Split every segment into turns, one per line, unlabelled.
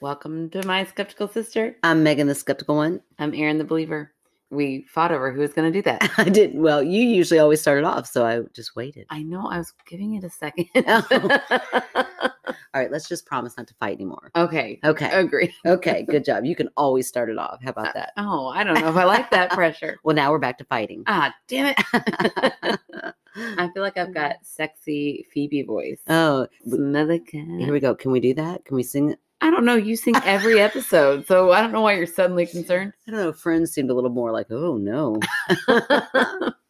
Welcome to my skeptical sister.
I'm Megan, the skeptical one.
I'm Aaron the believer. We fought over who was going to do that.
I didn't. Well, you usually always started off, so I just waited.
I know I was giving it a second.
Oh. All right, let's just promise not to fight anymore.
okay.
Okay.
Agree.
Okay. Good job. You can always start it off. How about that?
Oh, I don't know if I like that pressure.
Well, now we're back to fighting. Oh,
Ah, damn it. I feel like I've got sexy Phoebe voice.
oh,
Smell the
here
cat.
we go. Can we do that? Can we sing? it?
I don't know. You sing every episode, so I don't know why you're suddenly concerned.
I don't know. Friends seemed a little more like, oh no.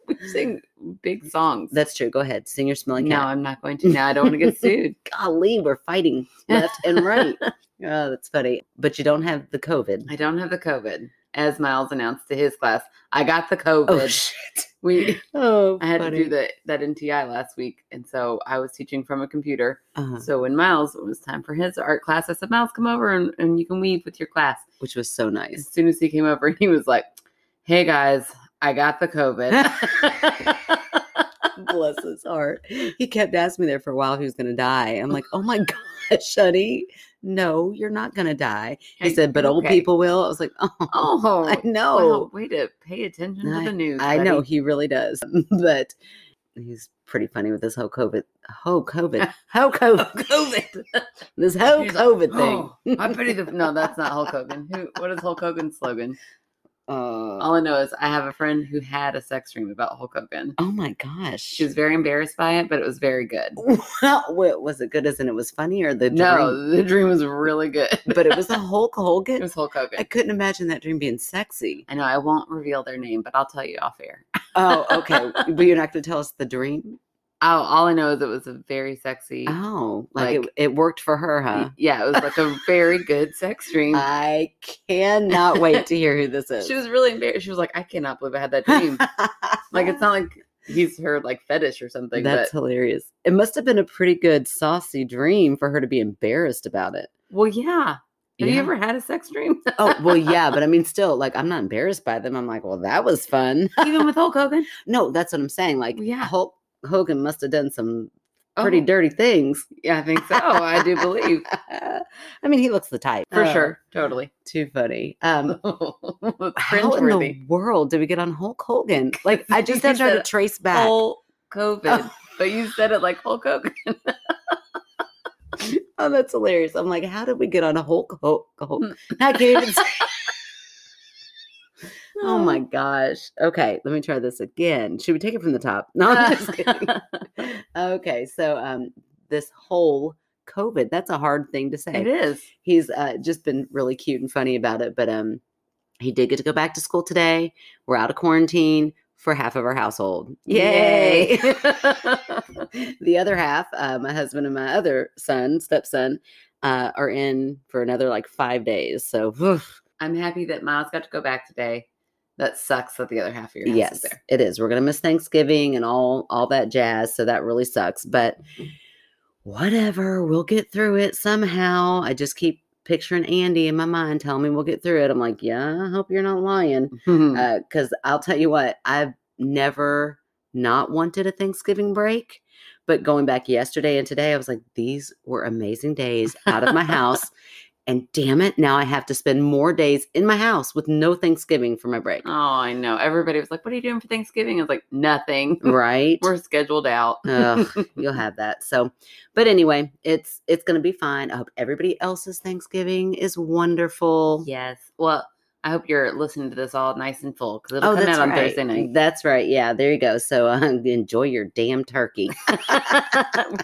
we sing big songs.
That's true. Go ahead. Sing your smelling
no,
cat.
I'm not going to. Now I don't want to get sued.
Golly, we're fighting left and right. Oh, that's funny. But you don't have the COVID.
I don't have the COVID, as Miles announced to his class. I got the COVID.
Oh shit.
we
Oh,
I had to do the, that NTI last week, and so I was teaching from a computer.
uh
So when Miles it was time for his art class, I said, "Miles, come over and, and you can weave with your class."
which was so nice.
As soon as he came over, he was like, "Hey guys, I got the COVID."
Bless his heart. He kept asking me there for a while if he was going to die. I'm like, oh my gosh, honey, no, you're not going to die. He
Hey,
said, but old
okay.
people will. I was like, oh,
"Oh,
I
wow,
know.
way to pay attention to the news."
I know
buddy.
he really does. But he's pretty funny with this whole COVID, whole COVID, whole COVID,
COVID.
this whole
Oh, He's like,
COVID thing.
Oh, I pity the no. That's not Hulk Hogan. Who? What is Hulk Hogan's slogan?
Uh,
oh. All I know is I have a friend who had a sex dream about Hulk Hogan.
oh my gosh.
She was very embarrassed by it, but it was very good.
Wa- was it good as in it was funny or Oh, the dream?
No, the dream was really good.
But it was a Hulk
It
Hogan.
was Hulk
I
Hogan.
couldn't imagine that dream being sexy.
I know I won't reveal their name, but I'll tell you off air.
Oh, okay. but you're not going to tell us the dream.
Oh, all I know is it was a very sexy.
Oh, like,
Like-
it, it worked for her, huh?
y- Yeah, it was like a very good sex dream.
I cannot wait to hear who this is.
she was really embarrassed. She was like, "I cannot believe I had that dream." like it's not like he's her like fetish or something.
That's
but
hilarious. It must have been a pretty good saucy dream for her to be embarrassed about it.
well, yeah. Have you
Yeah.
ever had a sex dream?
Oh, well, yeah, but I mean, still, like, I'm not embarrassed by them. I'm like, well, that was fun.
Even with Hulk Hogan?
no, that's what I'm saying. Like,
Yeah.
Hulk Hogan must have done some pretty
Oh.
dirty things.
Yeah, I think so. I do believe
I mean, he looks the type
for
Oh,
sure, totally.
Too funny. Um, How in
Cringeworthy.
the world did we get on Hulk Hogan? Like I just had
He
to try to
said
trace back.
Whole COVID, Oh, but you said it like Hulk Hogan.
Oh, that's hilarious! I'm like, how did we get on Hulk Hulk Hulk? I can't even. Say- oh my gosh! Okay, let me try this again. Should we take it from the top? No, I'm just kidding. Okay, so um, this whole COVID, that's a hard thing to say.
it is.
he's uh, just been really cute and funny about it. But um, he did get to go back to school today. We're out of quarantine for half of our household. Yay! the other half, uh, my husband and my other son, stepson, uh, are in for another like five days. So oof,
I'm happy that Miles got to go back today. That sucks that the other half of your house is
yes,
there.
it is. We're gonna miss Thanksgiving and all all that jazz. So that really sucks. But
Mm-hmm.
whatever, we'll get through it somehow. I just keep picturing Andy in my mind telling me we'll get through it. I'm like, yeah, I hope you're not lying.
Hmm. Uh,
because Uh, I'll tell you what, I've never not wanted a Thanksgiving break. But going back yesterday and today, I was like, these were amazing days out of my house. And damn it, now I have to spend more days in my house with no Thanksgiving for my break.
oh, I know. Everybody was like, "What are you doing for Thanksgiving?" I was like, "Nothing.
Right?
We're scheduled out."
Ugh, you'll have that. So, but anyway, it's it's gonna be fine. I hope everybody else's Thanksgiving is wonderful.
yes. Well, I hope you're listening to this all nice and full because it'll come out on
Oh, right.
Thursday night.
That's right. Yeah, there you go. So uh, enjoy your damn turkey.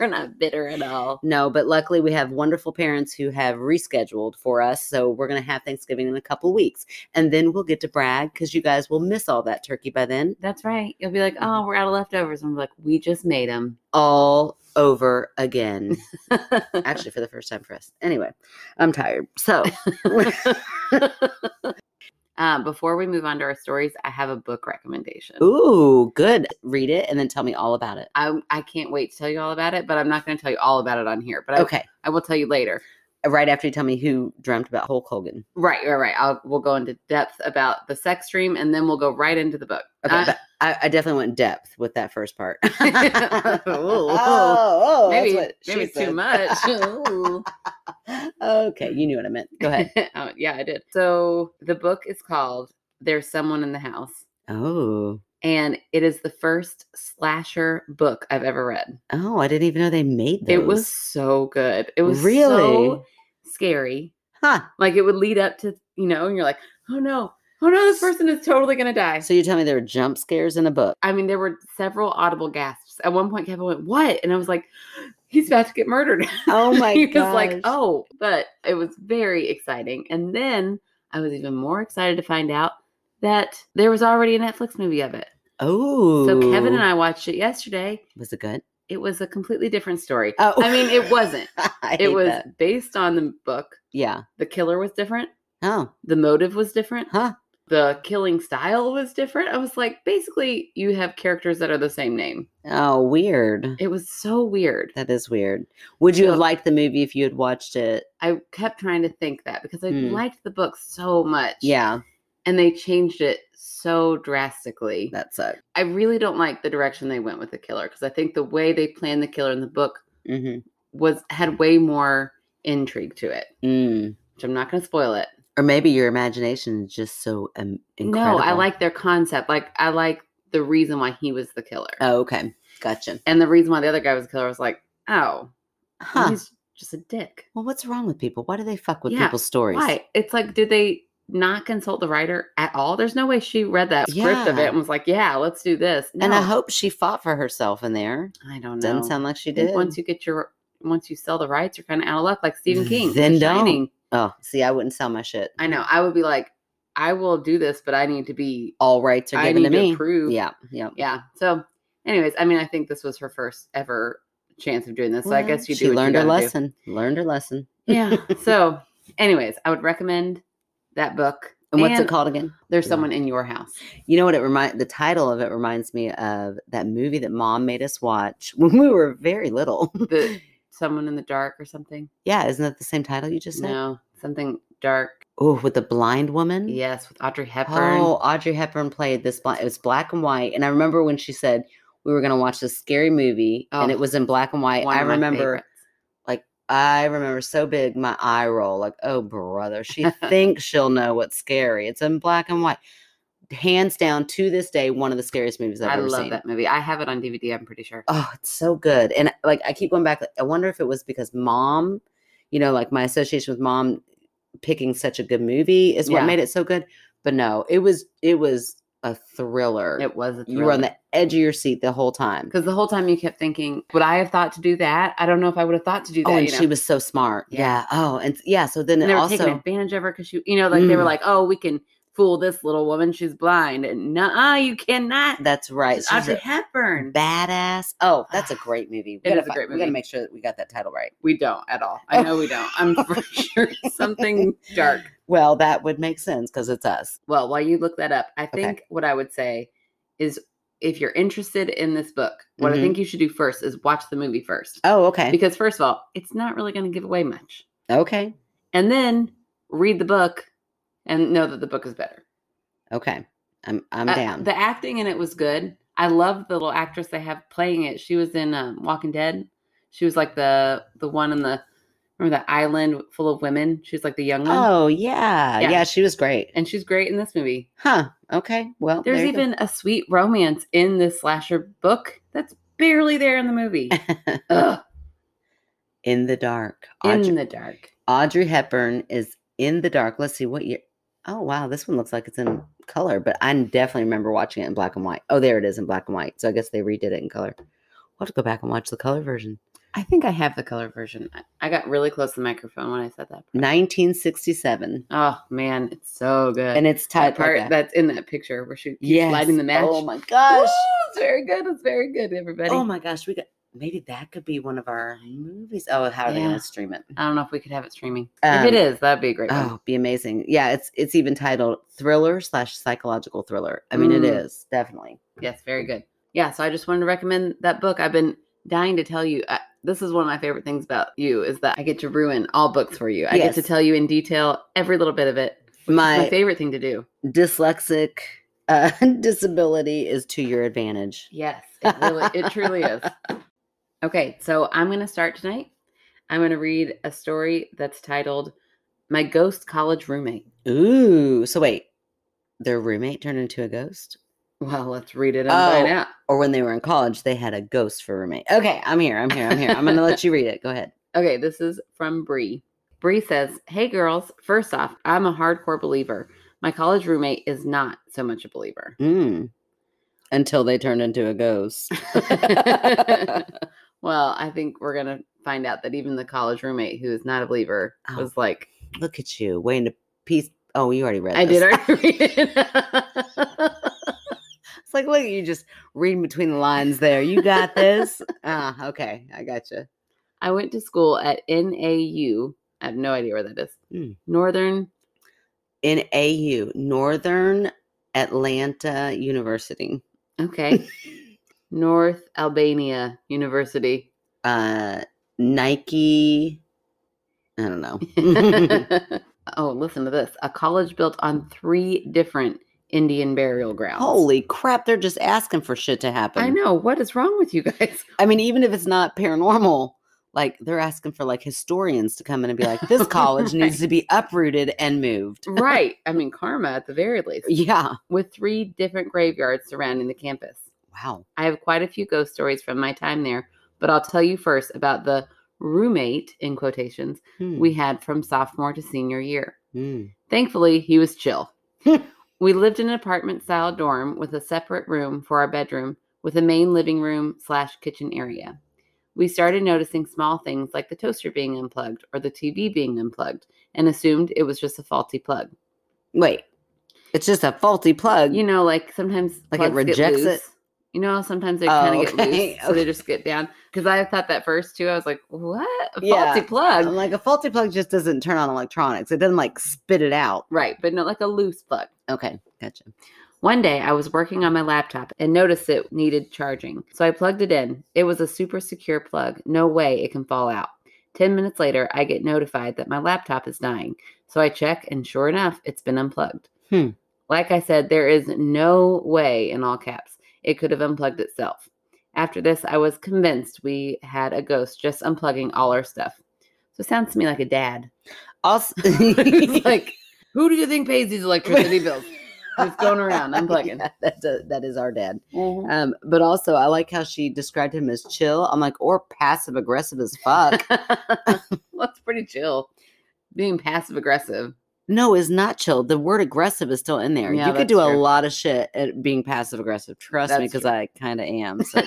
We're not bitter at all.
No, but luckily we have wonderful parents who have rescheduled for us. So we're going to have Thanksgiving in a couple weeks. And then we'll get to brag because you guys will miss all that turkey by then,
That's right. You'll be like, "Oh, we're out of leftovers," and we're like, "We just made them."
all over again. Actually, for the first time for us. Anyway, I'm tired. So,
Um, before we move on to our stories, I have a book recommendation.
ooh, good. Read it and then tell me all about it.
I, I can't wait to tell you all about it, but I'm not going to tell you all about it on here. But I,
Okay.
I will tell you later.
Right after you tell me who dreamt about Hulk Hogan.
Right, right, right. I'll, we'll go into depth about the sex dream, and then we'll go right into the book.
Okay.
Uh,
but I, I definitely went depth with that first part.
Ooh,
oh, that's
maybe
what she
maybe too
said.
much.
Ooh. Okay, you knew what I meant. Go ahead.
oh, yeah, I did. So the book is called There's Someone in the House,
Oh,
and it is the first slasher book I've ever read.
oh, I didn't even know they made those.
It was so good. It was
Really?
so scary.
huh.
Like it would lead up to, you know, and you're like, oh no, oh no, this person is totally going to die.
So you're telling me there were jump scares in a book?
I mean, there were several audible gasps. At one point, Kevin went, "What?" and I was like, "He's about to get murdered."
Oh my
he was like,
gosh.
"Oh!" But it was very exciting. And then I was even more excited to find out that there was already a Netflix movie of it.
Oh,
So Kevin and I watched it yesterday.
was it good?
It was a completely different story.
Oh,
I mean, it wasn't.
I hate
It was
that.
based on the book.
yeah.
The killer was different.
Oh,
The motive was different.
Huh.
The killing style was different. I was like, basically, you have characters that are the same name.
oh, weird.
It was so weird.
That is weird. Would you have
So-
liked the movie if you had watched it?
I kept trying to think that because I
Mm.
liked the book so much.
Yeah,
And they changed it so drastically.
that sucked.
I really don't like the direction they went with the killer because I think the way they planned the killer in the book
hmm
was had way more intrigue to it.
Mm.
Which I'm not going to spoil it.
Or maybe your imagination is just so um, incredible.
No, I like their concept. Like I like the reason why he was the killer.
Oh, okay, gotcha.
and the reason why the other guy was the killer was like, oh, well,
Huh.
he's just a dick.
Well, what's wrong with people? Why do they fuck with
Yeah,
people's stories?
Why? It's like, did they not consult the writer at all? There's no way she read that script of
Yeah.
it and was like, yeah, let's do this.
And I
No.
hope she fought for herself in there.
I don't know.
Doesn't sound like she
I think
did.
Once you get your once you sell the rights, you're kind of out of luck, like Stephen King. with
Then
The
don't.
Shining.
oh, see, I wouldn't sell my shit.
I know. I would be like, I will do this, but I need to be.
All rights are
I
given
need
to me.
prove.
Yeah, yeah.
Yeah. So, anyways, I mean, I think this was her first ever chance of doing this. so I
Well,
guess you do.
She
what you
learned her
gotta do.
lesson. Learned her lesson.
yeah. So, anyways, I would recommend that book.
And what's it called again?
There's someone in your house.
You know what it remind the title of it reminds me of that movie that mom made us watch when we were very little.
The someone in the dark or something.
yeah, isn't that the same title you just said?
No, something dark.
Oh, with the blind woman?
Yes, with Audrey Hepburn.
Oh, Audrey Hepburn played this blind. It was black and white, and I remember when she said we were going to watch this scary movie, and
Oh,
it was in black and white.
one
I
of my
remember,
favorites.
I remember so big my eye roll, like, oh brother, she thinks she'll know what's scary. It's in black and white. Hands down, to this day, one of the scariest movies I've
I
ever
love
seen.
that movie. I have it on DVD. I'm pretty sure.
Oh, it's so good, and like I keep going back. Like, I wonder if it was because mom, you know, like my association with mom picking such a good movie is what
Yeah.
made it so good. But no, it was it was a thriller.
It was a
Oh, You were on the edge of your seat the whole time.
because the whole time you kept thinking, would I have thought to do that? I don't know if I would have thought to do that.
Oh, and
you know?
she was so smart.
Yeah.
Yeah. Oh, and yeah. So
And
then it
they were
also
taking advantage of her because she, you know, like they were
Mm.
like, oh, we can fool this little woman. She's blind, and no, you cannot.
that's right.
She's
she's
Audrey
a
Hepburn.
badass. Oh, that's a great movie.
Ah, It
We gotta
is a great
We got to
movie.
make sure that we got that title right.
We don't at all. I know we don't. I'm for sure something dark.
Well, that would make sense because it's us.
Well, while you look that up, I
Okay.
think what I would say is if you're interested in this book, what
Mhm.
I think you should do first is watch the movie first.
Oh, okay.
Because, first of all, it's not really going to give away much.
Okay.
And then read the book and know that the book is better.
Okay. I'm I'm
Uh,
down.
the acting in it was good. I love the little actress they have playing it. She was in um, Walking Dead. She was like the the one in the remember that island full of women. She was like the young one,
Oh yeah. yeah,
Yeah.
She was great.
and she's great in this movie.
Huh. Okay. Well,
There's
there you go.
even a sweet romance in this slasher book that's barely there in the movie. Ugh,
in the dark. Audrey,
in the dark.
Audrey Hepburn is in the dark. Let's see what year. Oh wow, this one looks like it's in color, but I definitely remember watching it in black and white. Oh, there it is in black and white. So I guess they redid it in color. We'll have to go back and watch the color version.
I think I have the color version. I, I got really close to the microphone when I said that.
1967,
Oh man, it's so good.
and it's
that
tied
part
like a-
that's in that picture where she keeps
Yes.
lighting the match.
Oh my gosh.
Ooh, it's very good. It's very good, everybody.
Oh my gosh, we got maybe that could be one of our movies. Oh, how are they
Yeah.
gonna stream it?
I don't know if we could have it streaming.
Um,
if it is, that'd be a great one.
Oh, be amazing. Yeah, it's it's even titled thriller slash psychological thriller. I mean, it
Mm.
is definitely.
Yes, very good. Yeah, so I just wanted to recommend that book. I've been dying to tell you. I, this is one of my favorite things about you is that I get to ruin all books for you. I get to
Yes.
tell you in detail every little bit of it.
My,
It's my favorite thing to do.
dyslexic uh, disability is to your advantage.
Yes, it really, it truly is. Okay, so I'm going to start tonight. I'm going to read a story that's titled My Ghost College Roommate.
Ooh. So wait, their roommate turned into a ghost?
Well, let's read it and
Oh.
find out.
Or when they were in college, they had a ghost for roommate. Okay, I'm here. I'm here. I'm here. I'm going to let you read it. Go ahead.
Okay, this is from Bree. Bree says, Hey girls, first off, I'm a hardcore believer. My college roommate is not so much a believer.
Mm. Until they turned into a ghost.
Well, I think we're going to find out that even the college roommate who is not a believer
Oh.
was like,
Look at you, waiting to piece. Oh, you already read
I
this.
did already read it.
It's like, look at you just reading between the lines there. You got this. ah, okay. I got you.
I went to school at NAU. I have no idea where that is.
Mm.
Northern.
In AU, Northern Atlanta University.
Okay. North Albania University.
Uh, Nike. I don't know.
oh, listen to this. A college built on three different Indian burial grounds.
Holy crap. They're just asking for shit to happen.
I know. What is wrong with you guys?
I mean, even if it's not paranormal, like they're asking for like historians to come in and be like, this college needs to be uprooted and moved.
right. I mean, karma at the very least.
Yeah.
With three different graveyards surrounding the campus.
Wow.
I have quite a few ghost stories from my time there, but I'll tell you first about the roommate, in quotations,
Hmm.
we had from sophomore to senior year.
Hmm.
Thankfully, he was chill. we lived in an apartment style dorm with a separate room for our bedroom with a main living room slash kitchen area. We started noticing small things like the toaster being unplugged or the TV being unplugged and assumed it was just a faulty plug.
Wait. It's just a faulty plug.
You know, like sometimes
Like it
plugs get
rejects it?
loose. You know, how sometimes they
Oh,
kind of get
okay,
loose, so they just get down. Because I thought that first too. I was like, "What? A faulty
Yeah.
plug?
I'm like a faulty plug just doesn't turn on electronics. It doesn't like spit it out.
Right, but no, like a loose plug.
Okay, gotcha.
One day I was working on my laptop and noticed it needed charging, so I plugged it in. It was a super secure plug, no way it can fall out. 10 minutes later, I get notified that my laptop is dying, so I check, and sure enough, it's been unplugged.
Hmm.
Like I said, there is no way, in all caps, it could have unplugged itself. After this, I was convinced we had a ghost just unplugging all our stuff. So it sounds to me like a dad.
Also,
It's like, who do you think pays these electricity bills? Just going around, unplugging. Mm-hmm.
Yeah, that's a, that is our dad. Um, but also, I like how she described him as chill. I'm like, or passive aggressive as fuck.
well, it's pretty chill. Being passive aggressive.
no, is not chill. The word aggressive is still in there.
Yeah,
you could
that's
do a
true.
lot of shit at being passive aggressive. Trust me,
That's
because
true.
I kind of am. So.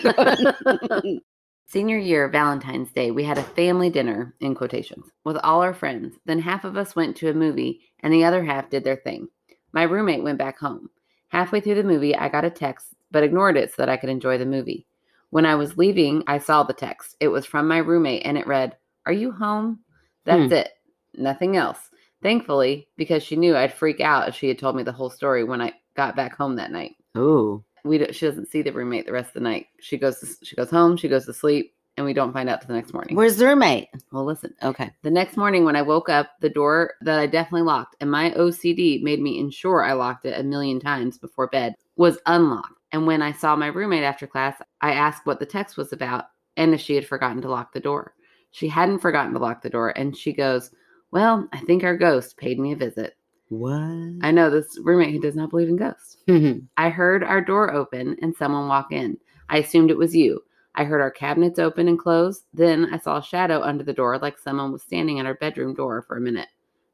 Senior year, Valentine's Day, we had a family dinner, in quotations, with all our friends. Then half of us went to a movie and the other half did their thing. My roommate went back home. Halfway through the movie, I got a text, but ignored it so that I could enjoy the movie. When I was leaving, I saw the text. It was from my roommate and it read, Are you home? That's it. Nothing else. Thankfully, because she knew I'd freak out if she had told me the whole story when I got back home that night
Ooh,
we don't, she doesn't see the roommate the rest of the night. She goes to, s- she goes home, she goes to sleep, and we don't find out till the next morning.
where's the roommate?
well, listen,
Okay.
the next morning when I woke up, the door that I definitely locked, and my OCD made me ensure I locked it a million times before bed, was unlocked. And when I saw my roommate after class, I asked what the text was about and if she had forgotten to lock the door. She hadn't forgotten to lock the door, and she goes, "Well, I think our ghost paid me a visit."
What?
I know this roommate who does not believe in ghosts.
Mhm.
I heard our door open and someone walk in. I assumed it was you. I heard our cabinets open and close. Then I saw a shadow under the door, like someone was standing at our bedroom door for a minute,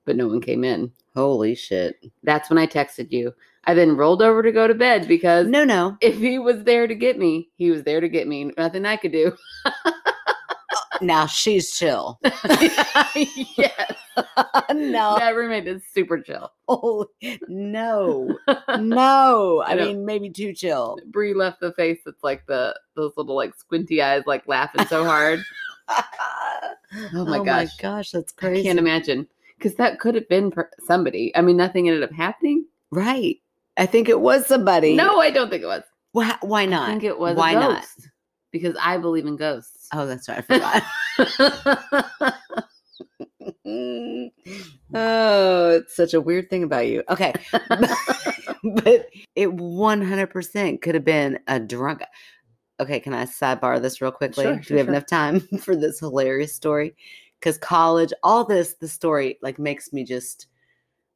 but no one came in.
Holy shit.
That's when I texted you. I then rolled over to go to bed because
No, no.
if he was there to get me, he was there to get me. Nothing I could do.
Now she's chill.
yes.
no.
That roommate is super chill.
Holy, no, no. I
No.
mean, maybe too chill.
Bree left the face that's like the those little like squinty eyes, like laughing so hard.
oh
my gosh.
that's
I
crazy.
can't imagine because that could have been per- somebody. I mean, nothing ended up happening.
right? I think it was somebody.
No, I don't think it was.
why, why not?
I think it was.
Why
a
not?
ghost, Because I believe in ghosts.
Oh, that's right. I forgot.
Uh,
oh, it's such a weird thing about you. Okay, but it one hundred percent could have been a drunk. Okay, can I sidebar this real quickly?
Sure,
Do
sure,
we have
sure.
enough time for this hilarious story? because college, all this, the story like makes me just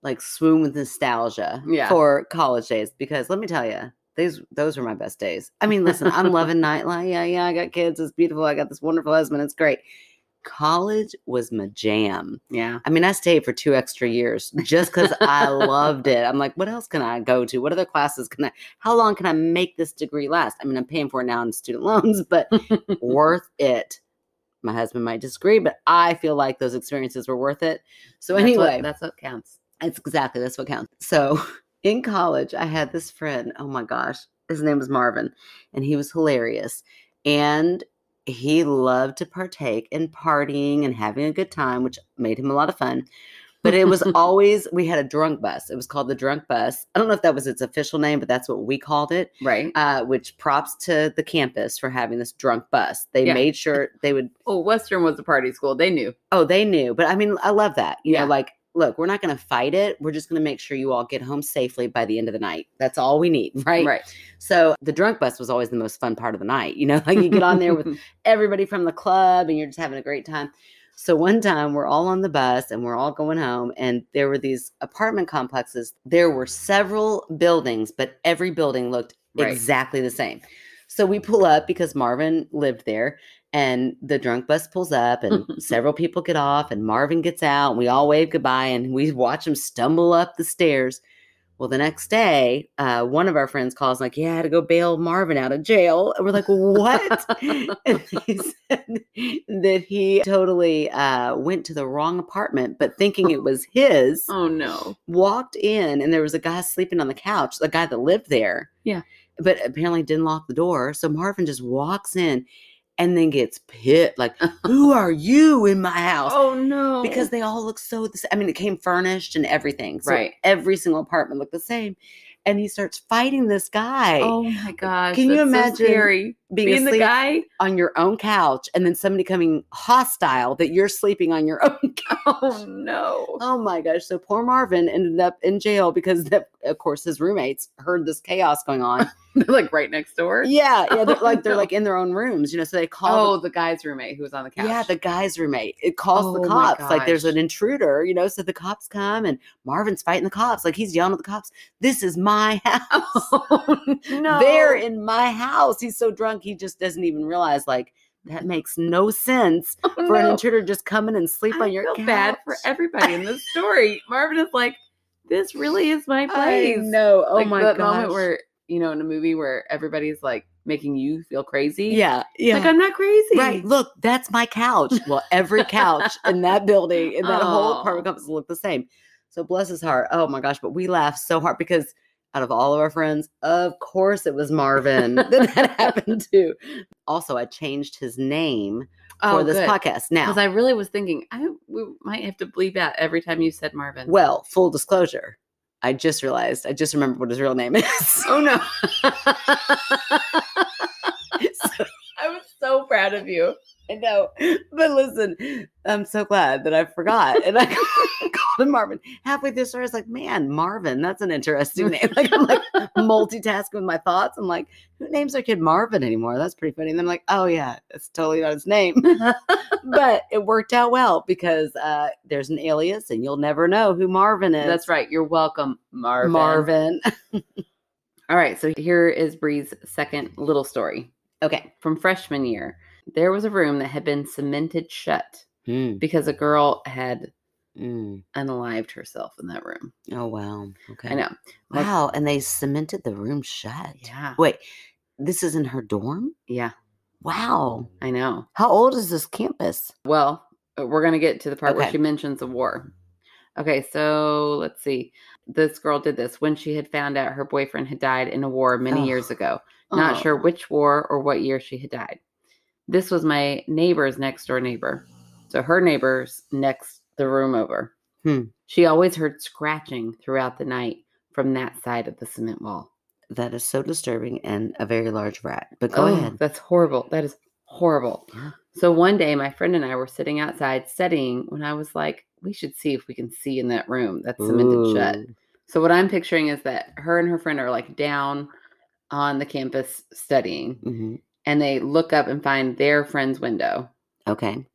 like swoon with nostalgia
Yeah.
for college days. Because let me tell you, these those were my best days. I mean, listen, I'm loving nightlife. Yeah, yeah, I got kids. It's beautiful. I got this wonderful husband. It's great. College was my jam.
Yeah.
I mean, I stayed for two extra years just because I loved it. I'm like, what else can I go to? What other classes can I? How long can I make this degree last? I mean, I'm paying for it now in student loans, but worth it. My husband might disagree, but I feel like those experiences were worth it. So,
That's what-
anyway,
that's what counts.
that's exactly that's what counts. So in college, I had this friend. Oh my gosh, his name was Marvin, and he was hilarious. And he loved to partake in partying and having a good time, which made him a lot of fun. But it was always we had a drunk bus. It was called the drunk bus. I don't know if that was its official name, but that's what we called it.
Right.
Uh, which props to the campus for having this drunk bus. They
Yeah.
made sure they would
Oh, Western was a party school. They knew.
Oh, they knew. But I mean, I love that. You
Yeah.
know, like, look, we're not going to fight it. We're just going to make sure you all get home safely by the end of the night. That's all we need, right?
Right.
So the drunk bus was always the most fun part of the night. You know, like you get on there
Oh,
with everybody from the club and you're just having a great time. So one time we're all on the bus and we're all going home and there were these apartment complexes. There were several buildings, but every building looked
Right.
exactly the same. So we pull up because Marvin lived there and the drunk bus pulls up and several people get off and Marvin gets out and we all wave goodbye and we watch him stumble up the stairs. Well, the next day, uh, one of our friends calls like, "Yeah, I had to go bail Marvin out of jail." And we're like, "What?" and they said that he totally uh, went to the wrong apartment, but thinking it was his,
Oh no.
walked in, and there was a guy sleeping on the couch, the guy that lived there.
Yeah.
but apparently didn't lock the door, so Marvin just walks in, and then gets pit like, "Who are you in my house?"
Oh no.
because they all look so the same. I mean, it came furnished and everything. So
Right.
Every single apartment looked the same. And he starts fighting this guy
Oh my gosh.
Can
that's
you
so
imagine
scary.
being,
being the
asleep
guy?
on your own couch and then somebody coming hostile that you're sleeping on your own couch.
Oh no.
Oh my gosh. So poor Marvin ended up in jail because, the, of course, his roommates heard this chaos going on.
like right next door.
yeah. Yeah. They're
Oh,
like, they're
no.
like in their own rooms, you know, so they call.
Oh, the guy's roommate who was on Oh, the couch.
Yeah, the guy's roommate. It calls
Oh my
the cops. Like there's
gosh.
an intruder, you know. So the cops come and Marvin's fighting the cops. Like he's yelling at the cops, "This is my house.
Oh no.
They're in my house." He's so drunk he just doesn't even realize. Like that makes no sense
oh,
for an
no.
intruder to just come in and sleep
I
on your
feel
couch.
bad for everybody in this story. Marvin is like, this really is my place.
No, oh
Like,
my
that
god.
moment where you know in a movie where everybody's like making you feel crazy.
yeah, yeah.
Like I'm not crazy.
Right. Look, that's my couch. Well, every couch in that building, in that whole
Aw.
apartment complex look the same. So bless his heart. Oh my gosh. But we laughed so hard because out of all of our friends, of course it was Marvin that that happened to. Also, I changed his name for this podcast. Now,
Because Oh, I really was thinking I we might have to bleep out every time you said Marvin.
well, full disclosure, I just realized, I just remembered what his real name is.
oh no. I was so proud of you.
I know. But listen, I'm so glad that I forgot. And I called him Marvin. Halfway through the story, I was like, man, Marvin, that's an interesting name. Like I'm like multitasking with my thoughts. I'm like, who names their kid Marvin anymore? That's pretty funny. And I'm like, oh yeah, it's totally not his name. but it worked out well because uh, there's an alias and you'll never know who Marvin is.
That's right. You're welcome, Marvin.
Marvin.
All right. So here is Bree's second little story
Okay.
from freshman year. There was a room that had been cemented shut
Mm,
because a girl had
mm.
unalived herself in that room.
Oh wow. Okay.
I know. My-
Wow. And they cemented the room shut.
Yeah.
Wait, this is in her dorm?
Yeah.
Wow.
I know.
How old is this campus?
Well, uh, we're going to get to the part where
Okay.
she mentions the war. Okay, so let's see. This girl did this when she had found out her boyfriend had died in a war many
Ugh.
years ago. Not
Oh,
sure which war or what year she had died. This was my neighbor's next door neighbor. So her neighbor's next the room over.
Hmm.
She always heard scratching throughout the night from that side of the cement wall.
That is so disturbing and a very large rat. But go
Oh,
ahead.
That's horrible. That is horrible.
Yeah.
So one day, my friend and I were sitting outside studying when I was like, we should see if we can see in that room that's cemented shut.
Ooh.
So what I'm picturing is that her and her friend are like down on the campus studying
Mhm.
and they look up and find their friend's window
Okay.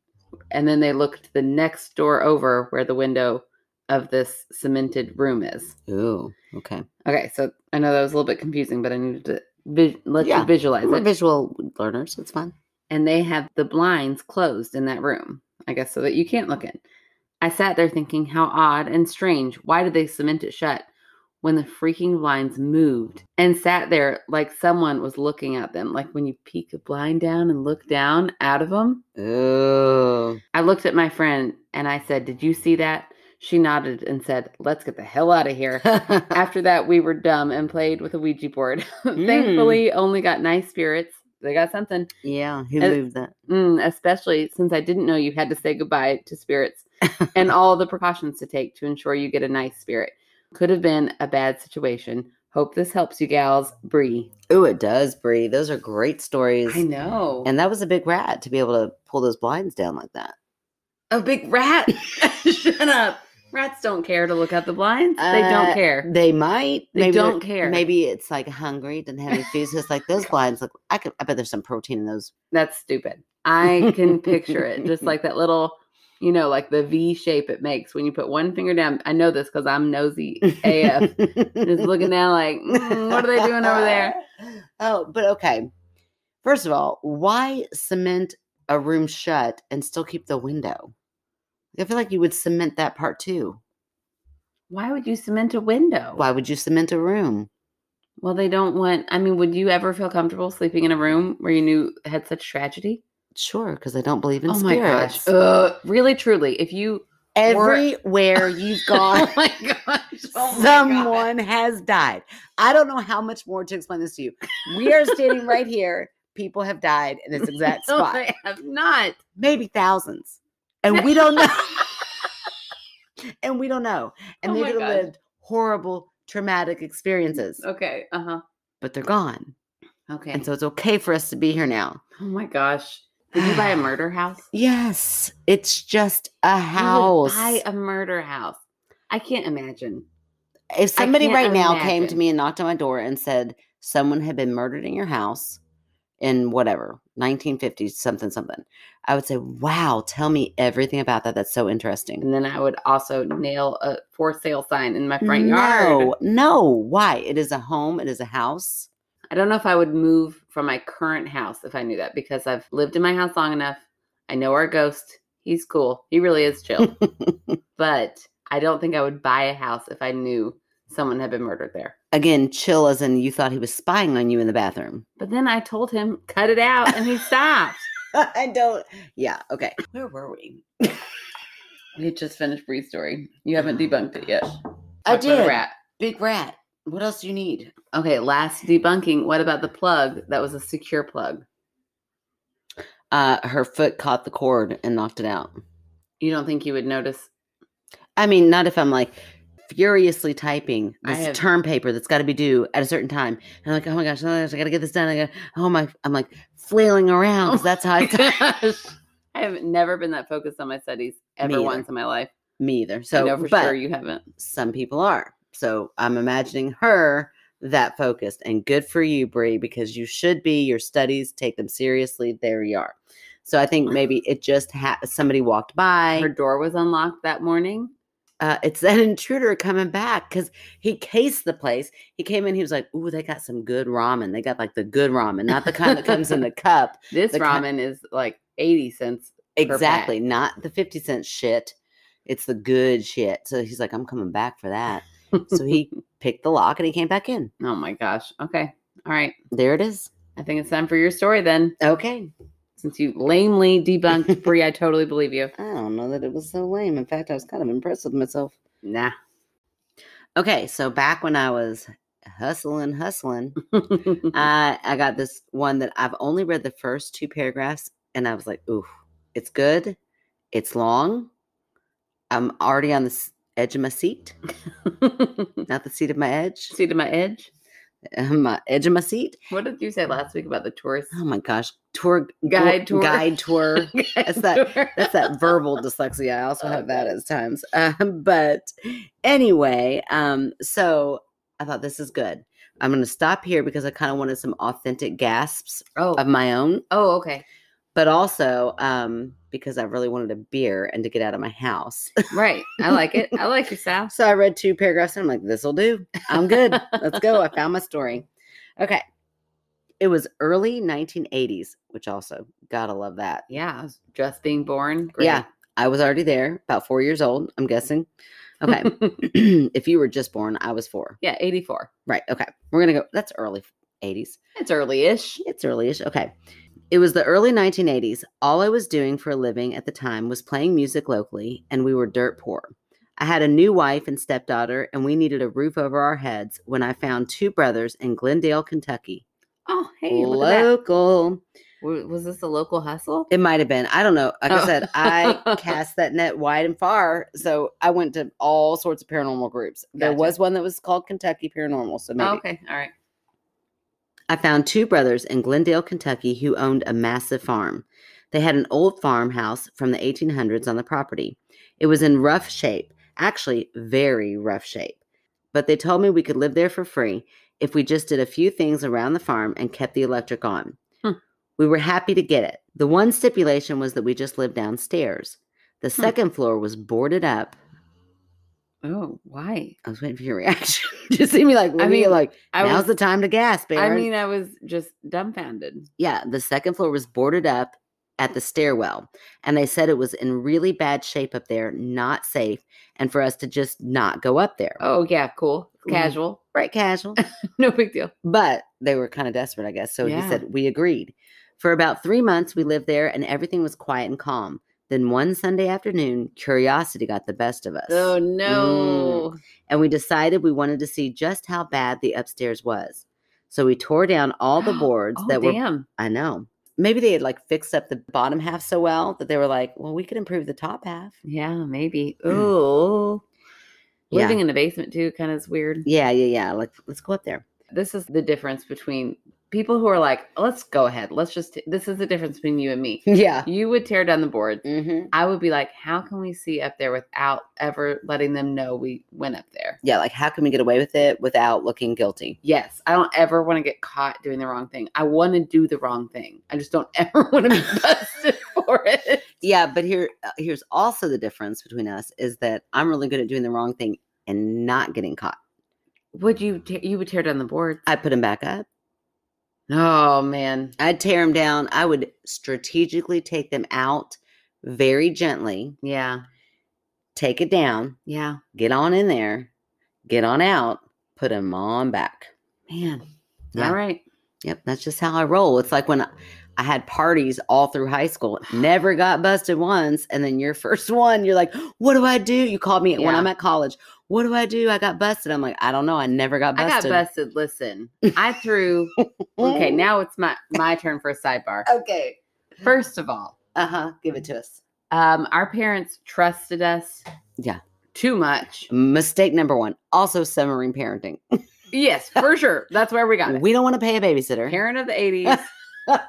and then they looked the next door over where the window of this cemented room is.
Ooh. Okay.
Okay, so I know that was a little bit confusing, but I needed to vi- let
Yeah.
you visualize
We're
it.
visual learners. It's fun.
and they have the blinds closed in that room, I guess, so that you can't look in. I sat there thinking, how odd and strange. Why did they cement it shut when the freaking blinds moved and sat there like someone was looking at them? Like when you peek a blind down and look down out of them?
Ooh.
I looked at my friend and I said, Did you see that? She nodded and said, Let's get the hell out of here. After that, we were dumb and played with a Ouija board. Thankfully, only got nice spirits. They got something.
yeah. Who
Uh,
moved that?
Mm, especially since I didn't know you had to say goodbye to spirits and all the precautions to take to ensure you get a nice spirit. Could have been a bad situation. Hope this helps you gals. Bree.
Ooh, it does, Bree. Those are great stories.
I know.
And that was a big rat to be able to pull those blinds down like that.
a big rat. Shut up. Rats don't care to look out the blinds. they
Uh,
don't care.
They might.
They
maybe
don't
they're-
care.
Maybe it's like hungry, doesn't have any food. So it's like those blinds. Look, I could. I bet there's some protein in those.
That's stupid. I can picture it just like that little, you know, like the V shape it makes when you put one finger down. I know this because I'm nosy
uh,
AF. just looking down like, "Mm, what are they doing over there?
Oh, but okay. First of all, why cement a room shut and still keep the window? I feel like you would cement that part too.
Why would you cement a window?
Why would you cement a room?
Well, they don't want. I mean, would you ever feel comfortable sleeping in a room where you knew had such tragedy?
Sure, because I don't believe in
oh my
spirits.
gosh! Uh, really, truly, if you
Everywhere you've gone,
oh my gosh, oh my
someone has died. I don't know how much more to explain this to you. We are standing right here. People have died in this exact
God.
spot.
No, I have not.
maybe thousands. And we don't know. and we don't know. And
Oh
they
my
could have
gosh.
lived horrible, traumatic experiences,
Okay. Uh huh.
but they're gone.
Okay.
And so it's okay for us to be here now.
oh my gosh! Did you buy a murder house?
Yes, it's just a
You would
house.
Buy a murder house. I can't imagine.
if
I
somebody
can't
right now came to
imagine.
me and knocked on my door and said someone had been murdered in your house in whatever 1950 something something i would say wow tell me everything about that that's so interesting
And then I would also nail a for sale sign in my front
no,
yard.
No, why? It is a home. It is a house.
I don't know if I would move from my current house if I knew that because I've lived in my house long enough. I know our ghost. He's cool. He really is chill. but I don't think I would buy a house if I knew someone had been murdered there.
Again, chill as in you thought he was spying on you in the bathroom.
But then I told him, cut it out, and he stopped.
I don't. Yeah. Okay. Where were we?
We just finished Bree's story. You haven't debunked it yet.
I
Talked about a
did.
Rat.
Big rat. What else do you need?
Okay, last debunking. What about the plug that was a secure plug?
Uh, her foot caught the cord and knocked it out.
You don't think you would notice?
I mean, not if I'm like furiously typing
I
this
have-
term paper that's got to be due at a certain time. And I'm like, oh my gosh, oh my gosh, I got to get this done. I got, oh my, I'm like flailing around 'cause that's how I type.
Gosh. I have never been that focused on my studies
Me
ever
either.
once in my life.
me either.
So,
So,
I know for
but
sure you haven't.
some people are. So I'm imagining her that focused and good for you, Brie, because you should be. Your studies take them seriously. There you are. So I think maybe it just ha- somebody walked
Her
by.
door was unlocked that morning.
Uh, it's that intruder coming back because he cased the place. He came in. He was like, "Ooh, they got some good ramen. They got like the good ramen, not the kind that comes in the cup.
This
The ki-
ramen is like 80 cents. pack.
Exactly, not the fifty cent shit. It's the good shit." So he's like, "I'm coming back for that." So he picked the lock and he came back in.
Oh my gosh. Okay. All right.
There it is.
I think it's time for your story then.
Okay.
Since you lamely debunked Brie, I totally believe you.
I don't know that it was so lame. In fact, I was kind of impressed with myself.
Nah.
Okay, so back when I was hustling, hustling, I I got this one that I've only read the first two paragraphs, and I was like, "Ooh, it's good, it's long." I'm already on the s- edge of my seat, not the seat of my edge,
See to my edge.
my edge of my seat.
What did you say last week about the tourist
Oh my gosh, tour
Guide tour.
guide tour.
That's
that- That's that verbal dyslexia. I also have that at times. Um, but anyway, um, so I thought this is good. I'm going to stop here because I kind of wanted some authentic gasps
Oh.
of my own.
oh, okay.
but also um, because I really wanted a beer and to get out of my house.
Right. I like it. I like your style.
So I read two paragraphs and I'm like, this'll do. I'm good. Let's go. I found my story. Okay. It was early 1980s, which also, gotta love that.
Yeah. I was just being born. Great.
Yeah. I was already there, about four years old, I'm guessing. Okay. if you were just born, I was four.
Yeah. 84.
Right. Okay. We're going to go. That's early 80s.
It's early ish.
It's early ish. Okay. It was the early 1980s. All I was doing for a living at the time was playing music locally, and we were dirt poor. I had a new wife and stepdaughter, and we needed a roof over our heads when I found two brothers in Glendale, Kentucky.
Oh, hey. Look at that.
Local.
W- Was this a local hustle?
It might have been. I don't know. Like
Oh.
I said, I cast that net wide and far. So I went to all sorts of paranormal groups. There
Gotcha.
was one that was called Kentucky Paranormal. So maybe.
Oh, okay. All right.
I found two brothers in Glendale, Kentucky, who owned a massive farm. They had an old farmhouse from the 1800s on the property. It was in rough shape, actually, very rough shape. But they told me we could live there for free if we just did a few things around the farm and kept the electric on.
Hmm.
We were happy to get it. The one stipulation was that we just lived downstairs. The
Hmm.
second floor was boarded up.
Oh, why?
I was waiting for your reaction. just see me like, I mean,
mean,
like,
I
now's
was.
the time to gasp,
I
Aaron.
mean, I was just dumbfounded.
Yeah, the second floor was boarded up at the stairwell, and they said it was in really bad shape up there, not safe, and for us to just not go up there.
Oh, yeah. Cool.
Mhm.
Casual.
Right, casual.
No big deal.
but they were kind of desperate, I guess. So
Yeah.
he said, We agreed. For about three months, we lived there, and everything was quiet and calm. Then one Sunday afternoon, curiosity got the best of us.
Oh, no.
and we decided we wanted to see just how bad the upstairs was. So we tore down all the boards
Oh,
that were
damn.
I know. Maybe they had like fixed up the bottom half so well that they were like, well, we could improve the top half.
Yeah, maybe.
Mm.
Ooh.
Yeah.
Living in a basement, too, kind of is weird.
Yeah, yeah, yeah. Like, let's go up there.
this is the difference between people who are like, let's go ahead. Let's just, this is the difference between you and me.
Yeah.
You would tear down the board.
Mm-hmm.
I would be like, how can we see up there without ever letting them know we went up there?
Yeah. Like, how can we get away with it without looking guilty?
Yes, I don't ever want to get caught doing the wrong thing. I want to do the wrong thing. I just don't ever want to be busted for it.
Yeah. But here, uh, here's also the difference between us is that I'm really good at doing the wrong thing and not getting caught.
Would you, te- you would tear down the board?
I put him back up.
Oh, man.
I'd tear him down. I would strategically take them out very gently,
Yeah.
take it down,
Yeah.
get on in there, get on out, put him on back.
Man.
Yeah.
All right.
Yep, that's just how I roll. It's like when I, I had parties all through high school, never got busted once, and then your first one, you're like, "What do I do?" You called me when
Yeah.
I'm at college. What do I do? I got busted. I'm like, I don't know. I never got
I got
busted.
busted. Listen, I threw Okay, now it's my my turn for a sidebar.
okay.
First of all,
Uh huh. Give it to us.
um, our parents trusted us.
Yeah.
Too much.
Mistake number one. Also, submarine parenting.
Yes, for sure. That's where we got it.
We don't want to pay a babysitter.
Parent of the eighties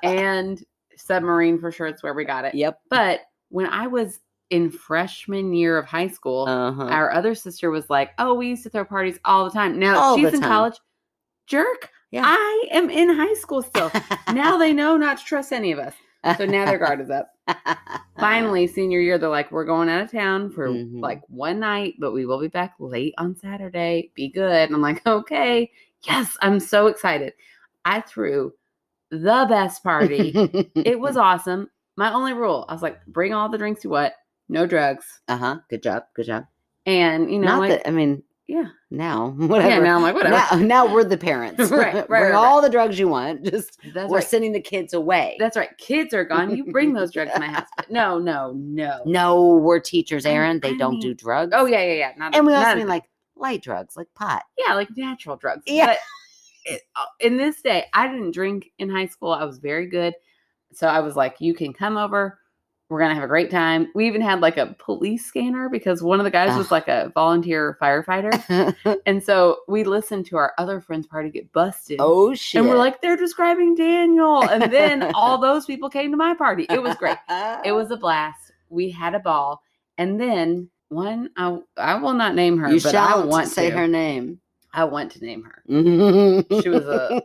and submarine for sure. It's where we got it.
yep.
But when I was in freshman year of high school,
Uh huh.
our other sister was like, "Oh, we used to throw parties all the time." Now
All
she's
the
in
time.
college. Jerk.
Yeah.
I am in high school still. now they know not to trust any of us. So now their guard is up. finally senior year they're like we're going out of town for
Mhm.
like one night but we will be back late on saturday be good and i'm like okay yes i'm so excited i threw the best party it was awesome my only rule i was like bring all the drinks you want no drugs
Uh huh. Good job. Good job.
and you know
Not
like
that. I mean,
yeah
now whatever.
yeah now i'm like whatever
Now, now we're the parents.
Right, right,
Bring
right, right.
all the drugs you want. Just
that's
we're
right
sending the kids away.
that's right kids are gone you bring those drugs to my house but no no no
no, we're teachers,
I-
Aaron. They
I
don't
mean-
do drugs.
oh yeah yeah yeah not
And we
not
also
a
mean like light drugs, like pot.
Yeah, like natural drugs.
Yeah.
But it, uh, in this day, I didn't drink in high school. I was very good. So I was like, you can come over. We're going to have a great time. We even had like a police scanner because one of the guys was
Ugh.
like a volunteer firefighter. and so we listened to our other friend's party get busted.
oh shit.
and we're like, they're describing Daniel. And then all those people came to my party. It was great it was a blast. We had a ball, and then one I I will not name her,
You
but
shall
I want
say
to.
her name.
I want to name her.
she
She was a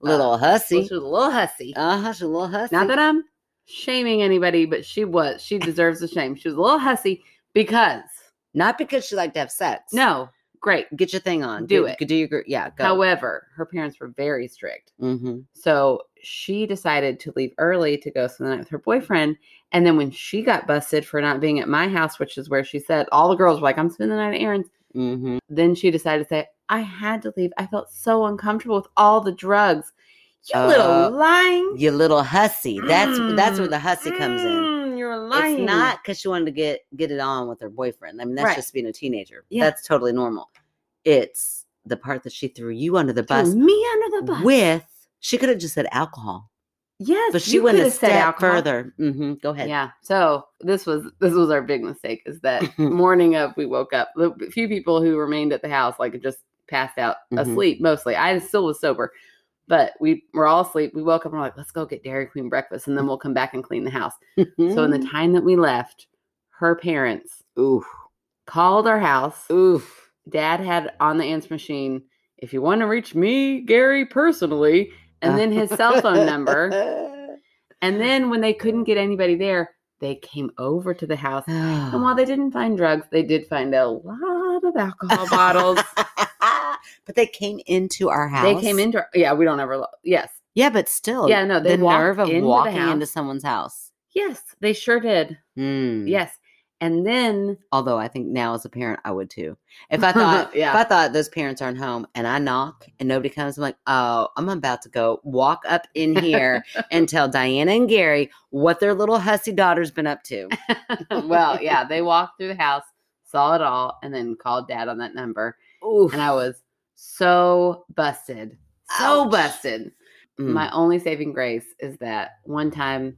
little
well,
hussy.
she was a little hussy.
Uh huh. She's a little hussy.
Not that I'm shaming anybody, but she was. She deserves the shame. She was a little hussy because
Not because she liked to have sex.
no, great.
Get your thing on.
Do
Get-
it.
Do your gr- yeah. Go.
However, her parents were very strict.
hmm
So she decided to leave early to go spend the night with her boyfriend. And then when she got busted for not being at my house, which is where she said all the girls were like, I'm spending the night at Aaron's,
hmm
then she decided to say, I had to leave. I felt so uncomfortable with all the drugs. You little
Uh,
lying.
You little hussy. That's that's where
Mm,
the hussy comes in.
Mm, You're lying.
It's not because she wanted to get get it on with her boyfriend. I mean, that's
Right.
just being a teenager.
Yeah.
That's totally normal. It's the part that she threw you under the
Threw
bus
me under the bus.
with. She could have just said alcohol,
yes,
but she
you
went
could
a
have said
step
alcohol.
further. hmm Go ahead.
Yeah. So this was this was our big mistake is that
Mm-hmm.
morning of we woke up. The few people who remained at the house like just passed out
Mhm.
asleep mostly. I still was sober, but we were all asleep. We woke up and we're like, let's go get Dairy Queen breakfast and then
Mm-hmm.
we'll come back and clean the house. So in the time that we left, her parents
Mm. oof,
called our house.
oof.
Dad had on the answer machine, if you want to reach me, Gary, personally, and then his cell phone number. And then when they couldn't get anybody there, they came over to the house. And while they didn't find drugs, they did find a lot of alcohol bottles.
but they came into our house.
They came into our- yeah, we don't ever lo- yes.
Yeah, but still.
Yeah, no, they
the
walked
nerve of
into the
walking
house.
into someone's house.
Yes, they sure did.
Mm.
Yes. And then
Although I think now as a parent, I would too. If I thought,
Yeah.
if I thought those parents aren't home, and I knock and nobody comes, I'm like, oh, I'm about to go walk up in here and tell Diana and Gary what their little hussy daughter's been up to.
well, yeah, they walked through the house, saw it all, and then called dad on that number.
Oof.
And I was so busted. So
Ouch.
busted.
Mm.
My only saving grace is that one time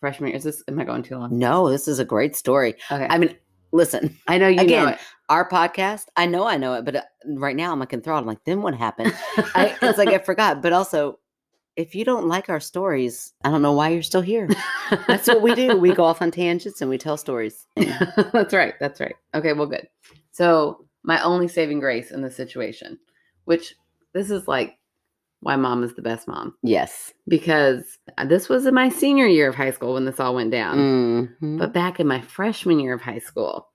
freshman year is this am I going too long?
no, this is a great story.
Okay.
I mean, listen,
I know you know
again,
it.
our podcast. I know, I know it, but uh, right now I'm like enthralled. I'm like, then what happened? I, it's like I forgot. But also, if you don't like our stories, I don't know why you're still here. That's what we do. We go off on tangents and we tell stories.
that's right. That's right. Okay, well, good. So, my only saving grace in this situation, which this is like why mom is the best mom,
Yes.
because this was in my senior year of high school when this all went down.
Mhm.
But back in my freshman year of high school,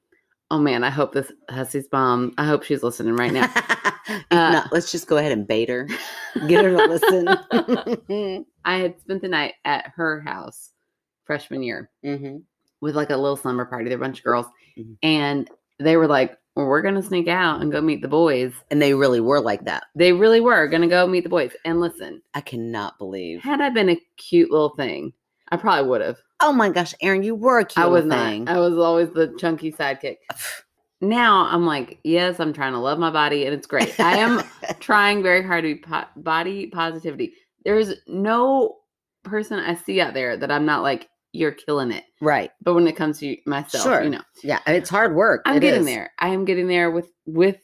oh man, I hope this Hussey's mom, I hope she's listening right now.
If
Uh,
not, let's just go ahead and bait her. Get her to listen.
I had spent the night at her house freshman year
hmm
with like a little slumber party. There were a bunch of girls,
Mhm.
and they were like, well, we're going to sneak out and go meet the boys.
And they really were like that.
They really were going to go meet the boys. And listen,
I cannot believe.
had I been a cute little thing, I probably would have.
Oh my gosh, Aaron, you were a cute
I was
little thing.
not. I was always the chunky sidekick. Now I'm like, yes, I'm trying to love my body and it's great. I am trying very hard to be po- body positivity. There's no person I see out there that I'm not like, you're killing it.
right.
But when it comes to myself,
Sure.
you know,
Yeah, it's hard work.
I'm
It
getting
is.
there. I am getting there with with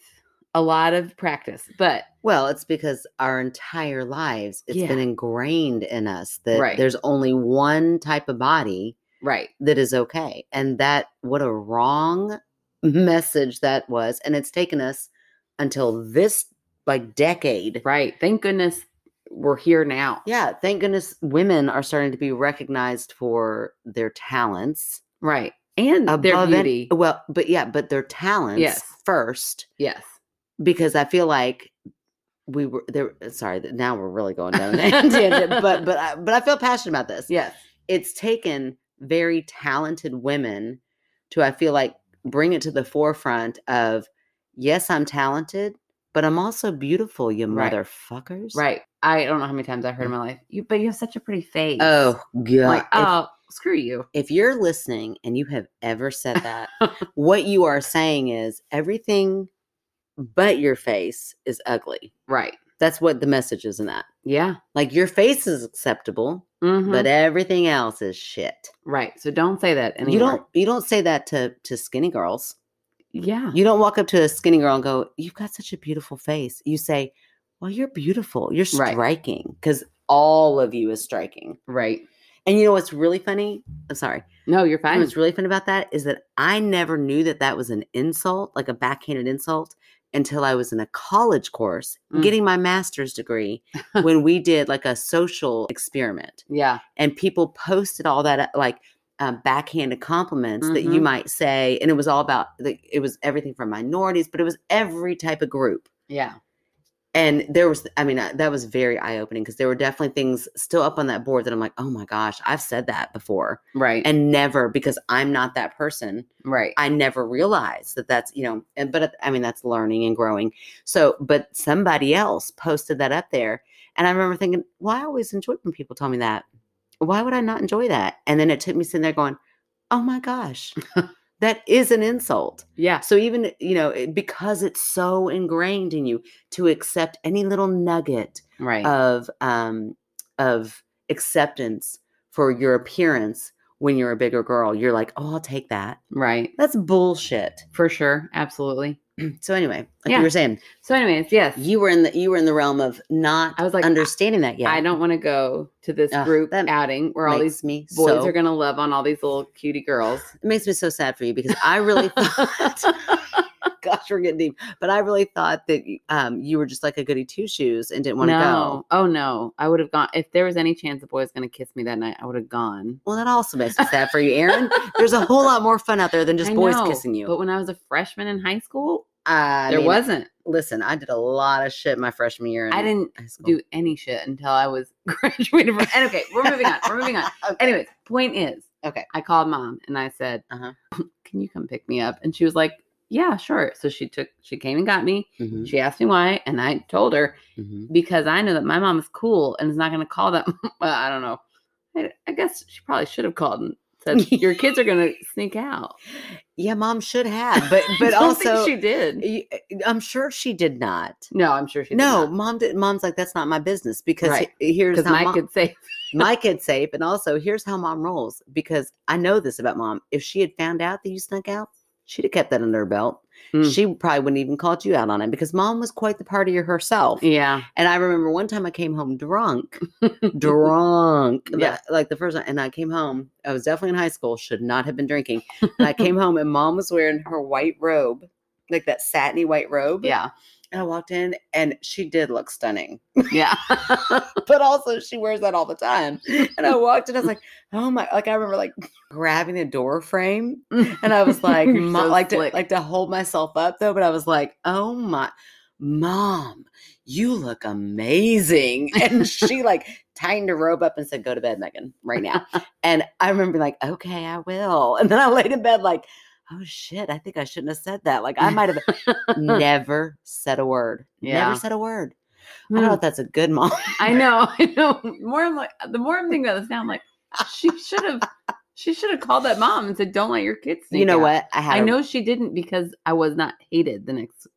a lot of practice. But
Well, it's because our entire lives it's been
Yeah.
ingrained in us that
Right.
there's only one type of body
right,
that is okay. And that what a wrong message that was. And it's taken us until this like decade.
right. Thank goodness we're here now.
Yeah, thank goodness women are starting to be recognized for their talents.
Right. And their
above an-
beauty.
well, but yeah, but their talents
Yes.
first
yes.
because I feel like we were there. Sorry, that now we're really going down a tangent, but but I, but I feel passionate about this.
Yes.
It's taken very talented women to I feel like bring it to the forefront of yes, I'm talented, but I'm also beautiful, you
Right.
motherfuckers.
Right. I don't know how many times I've heard in my life, you, but you have such a pretty face.
Oh god.
like,
If-
oh, screw you.
if you're listening and you have ever said that, what you are saying is everything but your face is ugly.
Right.
That's what the message is in that.
Yeah.
Like your face is acceptable,
Mhm.
but everything else is shit.
right. So don't say that anymore.
You don't you don't say that to to skinny girls.
Yeah.
You don't walk up to a skinny girl and go, "You've got such a beautiful face." You say, "Well, you're beautiful. You're
Right.
striking." Cuz all of you is striking.
Right.
And you know what's really funny? I'm sorry.
No, you're
You know
fine.
what's really funny about that is that I never knew that that was an insult, like a backhanded insult until I was in a college course
Mm.
getting my master's degree when we did like a social experiment
Yeah.
and people posted all that uh, like um, backhanded compliments that you
Mhm.
might say and it was all about the, it was everything from minorities but it was every type of group
Yeah.
and there was i mean I, that was very eye-opening because there were definitely things still up on that board that i'm like oh my gosh i've said that before
Right.
and never because i'm not that person
right.
i never realized that that's you know and but i mean that's learning and growing so but somebody else posted that up there and i remember thinking well i always enjoyed when people tell me that why would i not enjoy that and then it took me sitting there going oh my gosh that is an insult
yeah.
so even you know it- because it's so ingrained in you to accept any little nugget
Right.
of um of acceptance for your appearance when you're a bigger girl, you're like, "Oh, I'll take that."
right.
That's bullshit.
For sure. Absolutely.
So anyway, like
Yeah.
you were saying,
So, anyways, yes.
you were in the you were in the realm of not
I was like,
understanding that yet.
I don't want to go to this
Ugh,
group
that
outing where all
Makes
these
me
boys
so,
are going to love on all these little cutie girls.
It makes me so sad for you because I really thought gosh, we're getting deep. But I really thought that um, you were just like a goody two shoes and didn't want to go.
no. Oh, no. I would have gone. If there was any chance the boy was going to kiss me that night, I would have gone.
Well, that also makes it sad for you, Aaron. There's a whole lot more fun out there than just
I
boys
know,
kissing you.
But when I was a freshman in high school,
I
there
mean,
wasn't.
Listen, I did a lot of shit my freshman year. In
I didn't
high school.
do any shit until I was graduated from. And okay, we're moving on. We're moving on.
Okay.
Anyways, point is,
Okay.
I called mom and I said,
Uh-huh.
"Can you come pick me up?" And she was like, "Yeah, sure." So she took, she came and got me.
Mhm,
She asked me why, and I told her
mhm.
because I know that my mom is cool and is not going to call that. Well, I don't know. I, I guess she probably should have called and said your kids are going to sneak out.
Yeah, mom should have, Uh, but
I
but
don't think
also,
she did.
y- I'm sure she did not.
No, I'm sure she.
No, mom did. Mom's like, that's not my business because
Right.
he- eh, here's
because
how
Mike
mom,
could say,
my kid's safe, and also here's how mom rolls. Because I know this about mom. If she had found out that you snuck out, she'd have kept that under her belt.
Mm.
She probably wouldn't even called you out on it because mom was quite the partier herself.
"Yeah,
And I remember one time I came home drunk, drunk,
Yeah.
the- like the first time. And I came home. I was definitely in high school. Should not have been drinking. And I came home, and mom was wearing her white robe, like that satiny white robe.
yeah,
And I walked in, and she did look stunning
yeah."
but also she wears that all the time. And I walked in, I was like, oh my, like I remember like grabbing the door frame and I was like,
You're
mo-
so
like to,
slick.
like to hold myself up though, but I was like, oh my, mom, you look amazing. And she like tightened her robe up and said, go to bed, Megan, right now. and I remember being like, okay, I will. And then I laid in bed like, oh shit, I think I shouldn't have said that. Like I might have never said a word.
Yeah. Hmm.
Never said a word. I don't know if that's a good mom.
I know. I know. More I'm like the more I'm thinking about this now, I'm like, she should have she should have called that mom and said, Don't let your kids
you
sneak
know
out."
what? I had
I
a-
know she didn't because I was not hated the next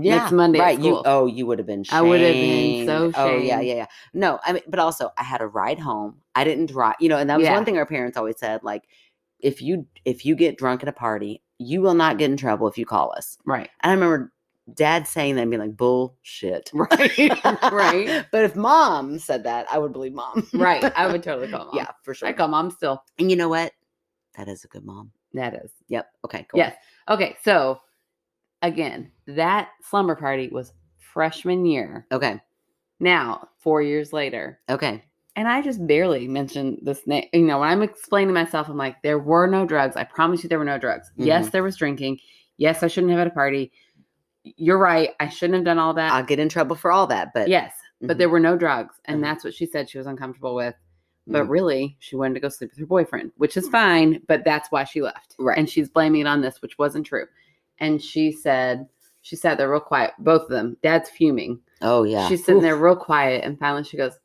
yeah,
next Monday at
Right. You
school.
oh, you would have been shamed.
I would have been so
Oh yeah,
shamed.
yeah, yeah. No, I mean but also I had a ride home. I didn't drive, you know, and that was
Yeah.
one thing our parents always said like if you if you get drunk at a party, you will not get in trouble if you call us.
Right.
And I remember dad saying that and being like bullshit.
Right. right.
but if mom said that, I would believe mom.
Right. I would totally call mom.
yeah, for sure.
I call mom still.
And you know what? That is a good mom.
That is.
Yep. Okay, cool.
Yes. Okay. So again, that slumber party was freshman year.
Okay.
Now, four years later,
Okay.
and I just barely mentioned this name. You know, when I'm explaining myself, I'm like, there were no drugs. I promise you, there were no drugs. Yes, there was drinking. Yes, I shouldn't have had a party. You're right. I shouldn't have done all that.
I'll get in trouble for all that, but Mm-hmm.
yes, but there were no drugs. And
Mhm.
that's what she said she was uncomfortable with. But
Mhm.
really, she wanted to go sleep with her boyfriend, which is fine. But that's why she left.
Right.
And she's blaming it on this, which wasn't true. And she said, she sat there real quiet, both of them. Dad's fuming.
Oh yeah.
She's sitting
Oof.
there real quiet, and finally she goes,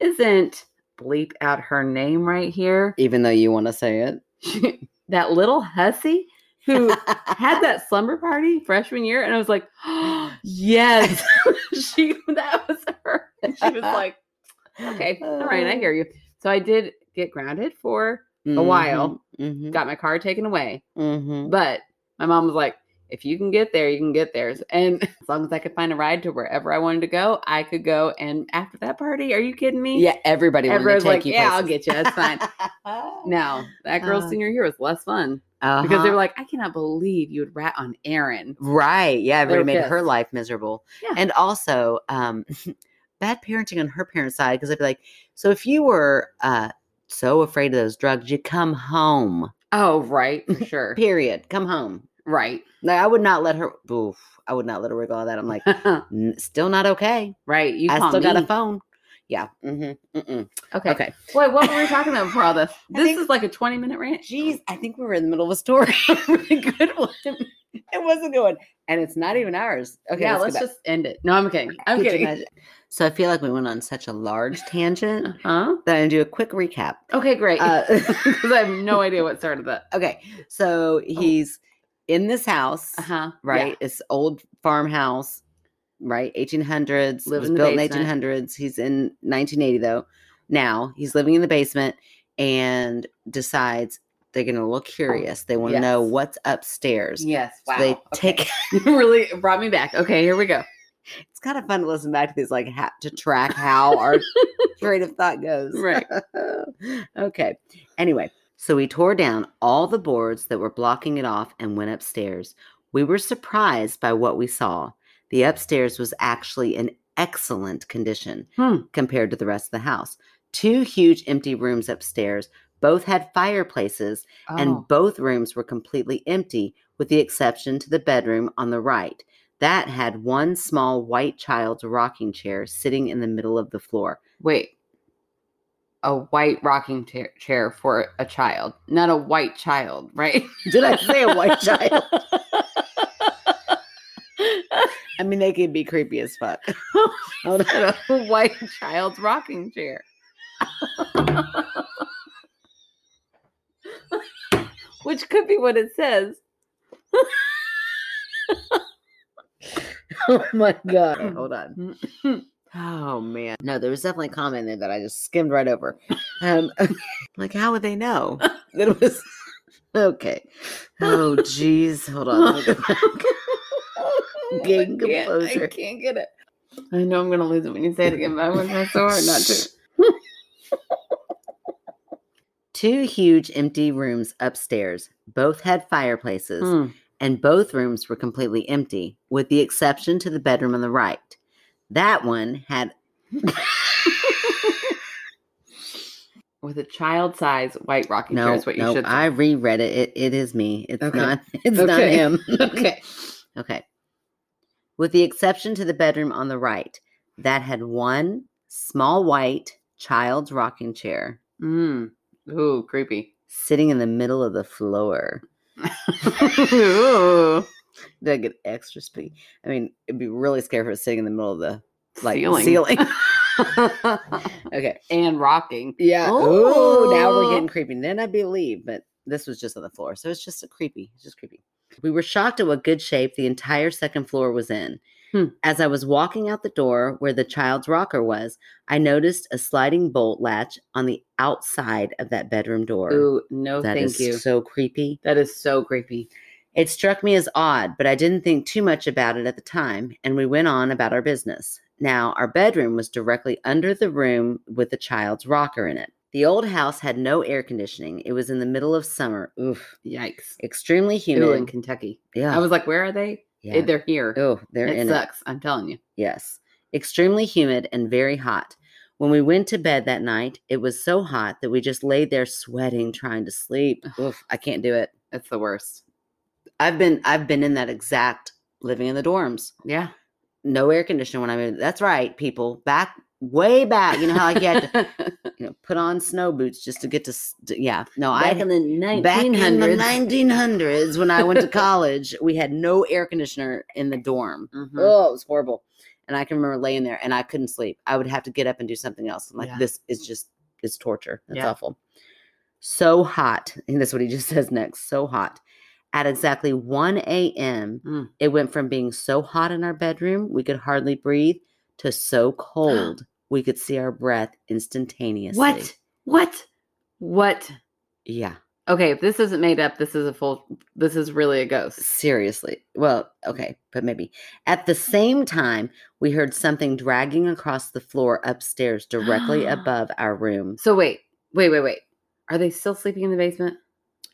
"Isn't bleep out her name right here?
even though you want to say it.
She, that little hussy who had that slumber party freshman year?" And I was like, "Yes, she. That was her." And she was like, "Okay, all right, I hear you." So I did get grounded for,
you.
a while.
Mm-hmm.
got my car taken away,
Mm-hmm.
but my mom was like. If you can get there, you can get there. And as long as I could find a ride to wherever I wanted to go, I could go. And after that party, are you kidding me?
Yeah, everybody wanted to
Everyone's
take
like,
you.
yeah, I'll
places.
Ah. get you. That's fine. no, that girl's
Uh,
senior year was less fun. because they
Uh-huh.
were like, I cannot believe you would rat on Aaron.
Right. Yeah,
They were
everybody made her
pissed.
life miserable.
Yeah.
And also, um, bad parenting on her parents' side because I'd be like, so if you were uh, so afraid of those drugs, you come home.
Oh, right, for sure.
Period. Come home.
right.
Like I would not let her. Oof. I would not let her wiggle all that. I'm like, "N- still not okay.
right. You
I
call
still got
me.
a phone. Yeah. Mm-hmm. Mm-mm.
Okay.
Okay.
Wait, what were we talking about before all this?
I
This
think-
is like a 20 minute rant.
Jeez, I think we were in the middle of a story. Really good one. It was a good one, and it's not even ours. Okay.
yeah,
go
let's,
back.
just end it. No, I'm kidding. I'm
Could you
kidding.
imagine? So I feel like we went on such a large tangent
Huh?
that I'm gonna do a quick recap.
Uh-huh. Okay, great.
Uh,
Because I have no idea what started that.
okay, so he's in this house,
huh.
right? It's old farmhouse, right? 1800s.
Live
was
in the
built
basement.
in 1800s. He's in 1980 though. Now he's living in the basement and decides they're getting a little curious. They want to know
Yes.
what's upstairs.
Yes.
So
Wow.
they
okay.
take.
You really brought me back. Okay, here we go.
It's kind of fun to listen back to these, like ha- to track how our creative thought goes.
Right.
okay. Anyway, so we tore down all the boards that were blocking it off and went upstairs. We were surprised by what we saw. The upstairs was actually in excellent condition
Hmm.
compared to the rest of the house. Two huge empty rooms upstairs, both had fireplaces,
Oh.
and both rooms were completely empty, with the exception to the bedroom on the right. That had one small white child's rocking chair sitting in the middle of the floor.
wait. A white rocking chair chair for a child, not a white child, right?
Did I say a white child? I mean, they can be creepy as fuck. Hold on.
a white child's rocking chair. Which could be what it says.
Oh my god. Hold on.
Mm.
Oh man. No, there was definitely a comment in there that I just skimmed right over. Um, like, how would they know that it was? Okay. Oh jeez. Hold on. let me go back. Getting
I, can't, I
composer.
can't get it. I know I'm gonna lose it when you say it again, but I'm gonna try so hard not to.
Two huge empty rooms upstairs. Both had fireplaces.
Hmm.
and both rooms were completely empty, with the exception to the bedroom on the right. That one had
With a child size white rocking chair
no,
is what you
no.
should say.
I reread it. It it is me. It's
Okay.
not. It's not
Okay.
him.
Okay.
Okay. With the exception to the bedroom on the right, that had one small white child's rocking chair
Mm. Ooh, creepy.
sitting in the middle of the floor.
Ooh.
Did I get extra speed? I mean, it'd be really scary if it was sitting in the middle of the like
Ceiling.
ceiling. okay.
and rocking.
Yeah. Oh, now
Ooh.
we're getting creepy. Then I believe, but this was just on the floor. So it's just a creepy. It's just creepy. We were shocked at what good shape the entire second floor was in.
Hmm.
As I was walking out the door where the child's rocker was, I noticed a sliding bolt latch on the outside of that bedroom door.
Ooh, no,
That
thank
is
you.
so creepy.
that is so creepy.
It struck me as odd, but I didn't think too much about it at the time, and we went on about our business. Now, our bedroom was directly under the room with the child's rocker in it. The old house had no air conditioning. It was in the middle of summer. Oof.
Yikes.
Extremely
Ooh, in
humid.
Kentucky.
yeah.
I was like, where are they?
yeah.
They're here.
oh, they're
it
in it.
sucks. I'm telling you.
Yes. Extremely humid and very hot. When we went to bed that night, it was so hot that we just laid there sweating, trying to sleep. Oof, I can't do it.
It's the worst.
I've been I've been in that exact living in the dorms.
Yeah.
no air conditioning when I moved. That's right, people. Back way back, you know how like you had to you know put on snow boots just to get to. s- to- Yeah, no, I
the
back in the
1900s.
nineteen hundreds when I went to college, we had no air conditioner in the dorm.
Mhm.
Oh, it was horrible. And I can remember laying there and I couldn't sleep. I would have to get up and do something else. I'm like,
Yeah.
this is just it's torture. It's
Yeah.
awful. So hot. And that's what he just says next. So hot. At exactly 1 a.m.,
Mm.
it went from being so hot in our bedroom we could hardly breathe to so cold we could see our breath instantaneously.
What? What? What?
Yeah.
Okay, if this isn't made up, this is a full. This is really a ghost.
Seriously. Well, okay, but maybe. At the same time, we heard something dragging across the floor upstairs directly above our room.
So wait, wait, wait, wait. Are they still sleeping in the basement?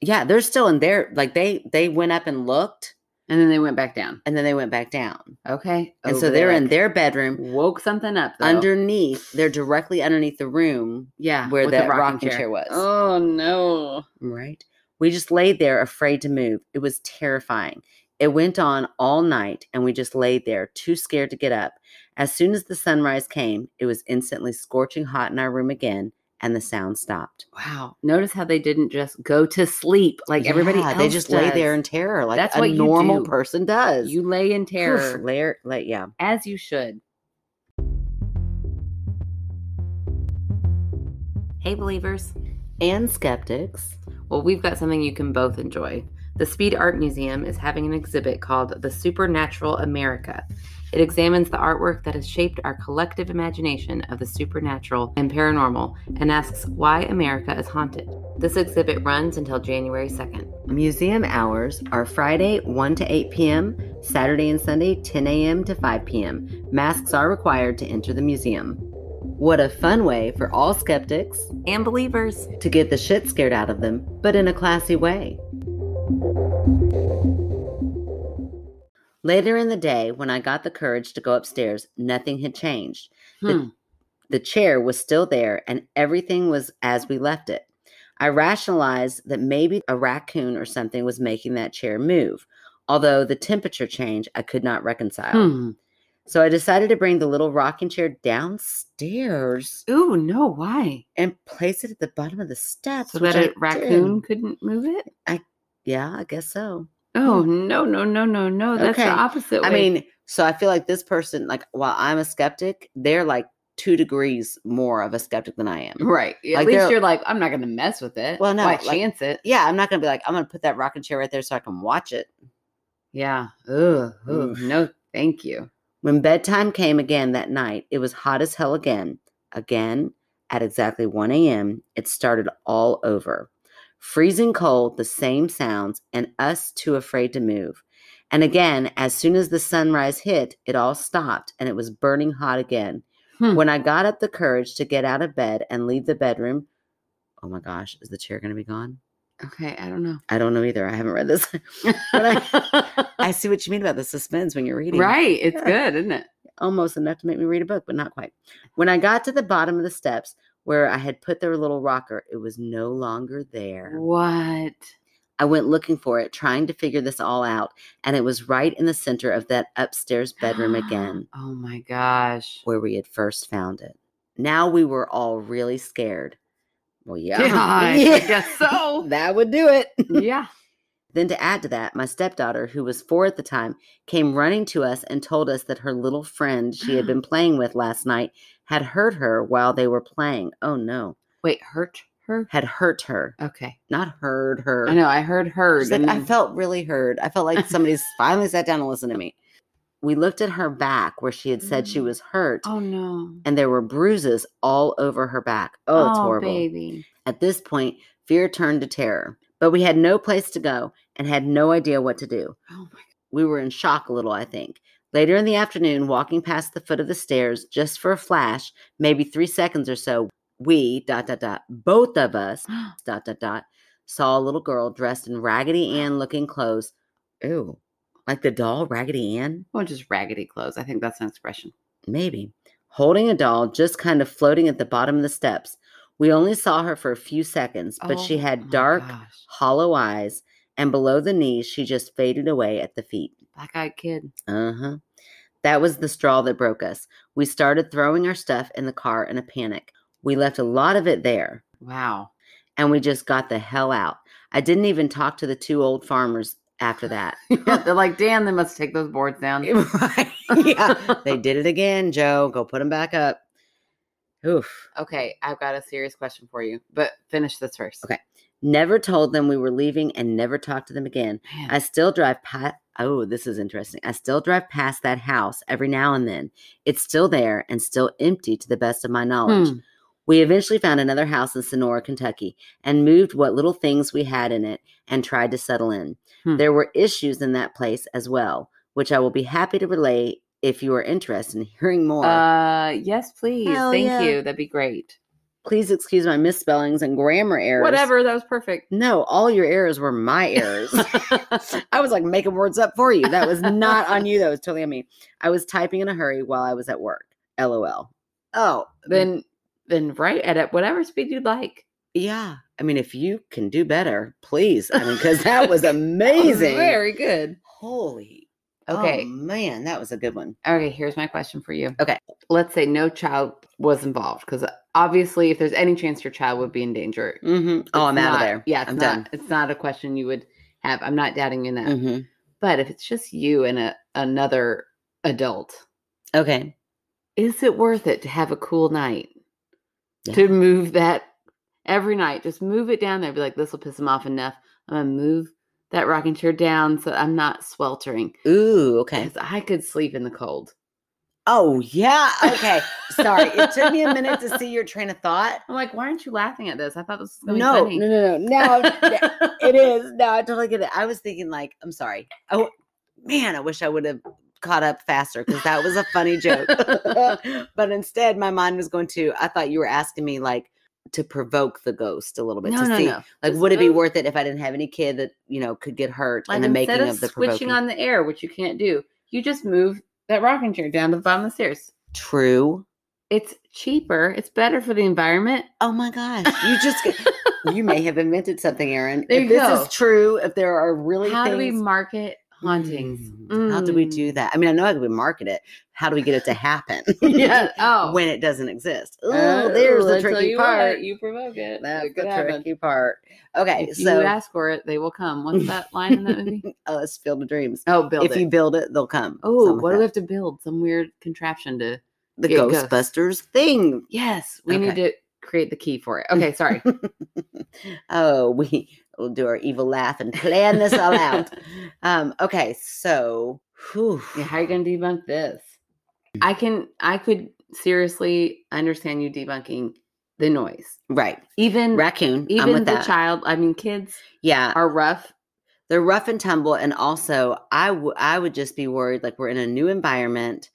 yeah, they're still in there. Like they they went up and looked,
And then they went back down.
and then they went back down,
Oh, Okay.
and so they're in their bedroom
Woke something up. Though.
underneath. They're directly underneath the room,
Yeah.
where
with the
that rocking chair was.
Oh, no.
right? We just laid there, afraid to move. It was terrifying. It went on all night, and we just laid there, too scared to get up. As soon as the sunrise came, it was instantly scorching hot in our room again, and the sound stopped.
Wow. Notice how they didn't just go to sleep like everybody
Yeah,
else.
they just lay there
does.
in terror, like
That's
a
what you
normal
do.
person does.
You lay in
Oof,
terror
layer, like yeah.
as you should. Hey, believers.
and skeptics.
Well, we've got something you can both enjoy. The Speed Art Museum is having an exhibit called The Supernatural America. It examines the artwork that has shaped our collective imagination of the supernatural and paranormal and asks why America is haunted. This exhibit runs until January 2nd.
Museum hours are Friday 1 to 8 p.m., Saturday and Sunday 10 a.m. to 5 p.m. Masks are required to enter the museum. What a fun way for all skeptics
And believers,
to get the shit scared out of them, but in a classy way. Later in the day, when I got the courage to go upstairs, nothing had changed.
hmm,
The chair was still there and everything was as we left it. I rationalized that maybe a raccoon or something was making that chair move, although the temperature change I could not reconcile.
hmm.
So I decided to bring the little rocking chair downstairs
Ooh, no, why?
and place it at the bottom of the steps.
So
which
that
I
a raccoon
did.
couldn't move it?
Yeah, I guess so.
Oh, no, no, no, no, no. That's
Okay.
the opposite.
I
way.
mean, so I feel like this person, like while I'm a skeptic, they're like two degrees more of a skeptic than I am.
right. At
like,
least
they're-
you're like, I'm not going to mess with it.
Well, no,
Why
like-
chance it?
Yeah, I'm not gonna be like, I'm gonna put that rocking chair right there so I can watch it.
Yeah. Ugh, ugh,
Oof.
No, thank you.
When bedtime came again that night, it was hot as hell again. Again, at exactly 1 a.m., it started all over. Freezing cold, the same sounds, and us too afraid to move. And again, as soon as the sunrise hit, it all stopped and it was burning hot again.
Hmm.
When I got up the courage to get out of bed and leave the bedroom, oh my gosh, is the chair going to be gone?
Okay, I don't know.
I don't know either. I haven't read this. But I see what you mean about the suspense when you're reading.
right. It's good, isn't it?
almost enough to make me read a book, but not quite. When I got to the bottom of the steps where I had put their little rocker, it was no longer there.
What?
I went looking for it, trying to figure this all out, and it was right in the center of that upstairs bedroom again
Oh my gosh.
where we had first found it. Now we were all really scared. Well, yeah.
Yeah, I guess so.
that would do it.
yeah.
Then, to add to that, my stepdaughter, who was four at the time, came running to us and told us that her little friend she had been playing with last night had hurt her while they were playing. Oh no,
Wait, hurt her?
had hurt her,
Okay.
not heard her.
I know. I heard her.
She's like, I felt really heard. I felt like somebody's finally sat down and listened to me. We looked at her back where she had said she
Mm.
was hurt,
oh no.
and there were bruises all over her back. Oh, it's horrible.
baby.
At this point, fear turned to terror, but we had no place to go and had no idea what to do.
Oh my.
We were in shock a little, I think. Later in the afternoon, walking past the foot of the stairs, just for a flash, maybe three seconds or so, we, dot, dot, dot, both of us, dot, dot, dot, saw a little girl dressed in Raggedy Ann looking clothes. Ew. Like the doll Raggedy Ann?
Well, just raggedy clothes. I think that's an expression.
Maybe. Holding a doll, just kind of floating at the bottom of the steps. We only saw her for a few seconds, but she
Oh
had
my
dark,
gosh.
hollow eyes, and below the knees, she just faded away at the feet.
black-eyed kid.
Uh huh. That was the straw that broke us. We started throwing our stuff in the car in a panic. We left a lot of it there
Wow.
and we just got the hell out. I didn't even talk to the two old farmers after that.
They're like, damn, they must take those boards down.
Right. yeah. They did it again, Joe. Go put them back up. Oof.
Okay, I've got a serious question for you, but finish this first.
Okay. Never told them we were leaving and never talked to them again.
Man.
I still drive past. Oh, this is interesting. I still drive past that house every now and then. It's still there and still empty to the best of my knowledge.
Hmm.
We eventually found another house in Sonora, Kentucky, and moved what little things we had in it and tried to settle in.
Hmm.
There were issues in that place as well, which I will be happy to relay if you are interested in hearing more.
Uh, yes, please.
Hell
Thank
yeah.
you. That'd be great.
Please excuse my misspellings and grammar errors.
Whatever, that was perfect.
No, all your errors were my errors. I was like making words up for you. That was not on you. That was totally on me. I was typing in a hurry while I was at work. LOL. Oh,
Then then write at it whatever speed you'd like.
yeah. I mean, if you can do better, please. I mean, because that was
That was
amazing.
Very good.
Holy.
Okay.
Oh, man, that was a good one.
Okay, here's my question for you.
Okay.
Let's say no child was involved because obviously, if there's any chance your child would be in danger,
Mm-hmm. Oh,
it's
I'm out of
not-
there.
Yeah, it's
I'm
not,
done.
It's not a question you would have. I'm not doubting you in that.
Mm-hmm.
But if it's just you and a, another adult,
Okay.
is it worth it to have a cool night?
Yeah.
To move that every night, just move it down there. Be like, this will piss them off enough. I'm gonna move that rocking chair down so I'm not sweltering
Ooh, okay.
because I could sleep in the cold.
Oh, yeah. Okay. Sorry. It took me a minute to see your train of thought.
I'm like, why aren't you laughing at this? I thought this was gonna
No, no,
be funny.
no, no. Now I'm- it is. No, I totally get it. I was thinking, like, I'm sorry. Oh, man, I wish I would have caught up faster because that was a funny joke. but instead, my mind was going to, I thought you were asking me, like, to provoke the ghost a little bit
no,
to
no,
see,
no.
like,
Just
would it be
move-
worth it if I didn't have any kid that you know could get hurt
Like
in the
instead
making
of,
of, the
switching
provoking?
on the air, which you can't do, you just move that rocking chair down to the bottom of the stairs.
True.
It's cheaper. It's better for the environment.
Oh my gosh, you just get- you may have invented something, Erin.
There
if
you
this
go.
is true, if there are really
How do we
things-
market hauntings?
Mm, How do we
Mm.
do that? I mean, I know how do we market it. How do we get it to happen?
yeah. Oh.
when it doesn't exist. Ooh, there's
I
the
tell
tricky
you what,
part.
you provoke it.
That's
It
the
could happen.
tricky part. Okay,
If
so
you ask for it, they will come. What's that line in that movie?
oh, it's Field of Dreams.
Oh, build
if
it.
you build it, they'll come.
oh,
Something like
what do we
that.
have to build? Some weird contraption to.
the
get ghosts?
Ghostbusters thing?
Yes, we need to create the key for it. Okay, sorry.
oh, we will do our evil laugh and plan this all out. Um, okay, so whew.
Yeah, how are you gonna debunk this? I can I could seriously understand you debunking the noise.
right,
Even
raccoon. I'm
Mm. even
with
the
that.
child, I mean kids
yeah,
are rough.
they're rough and tumble, and also I w- I would just be worried. Like we're in a new environment.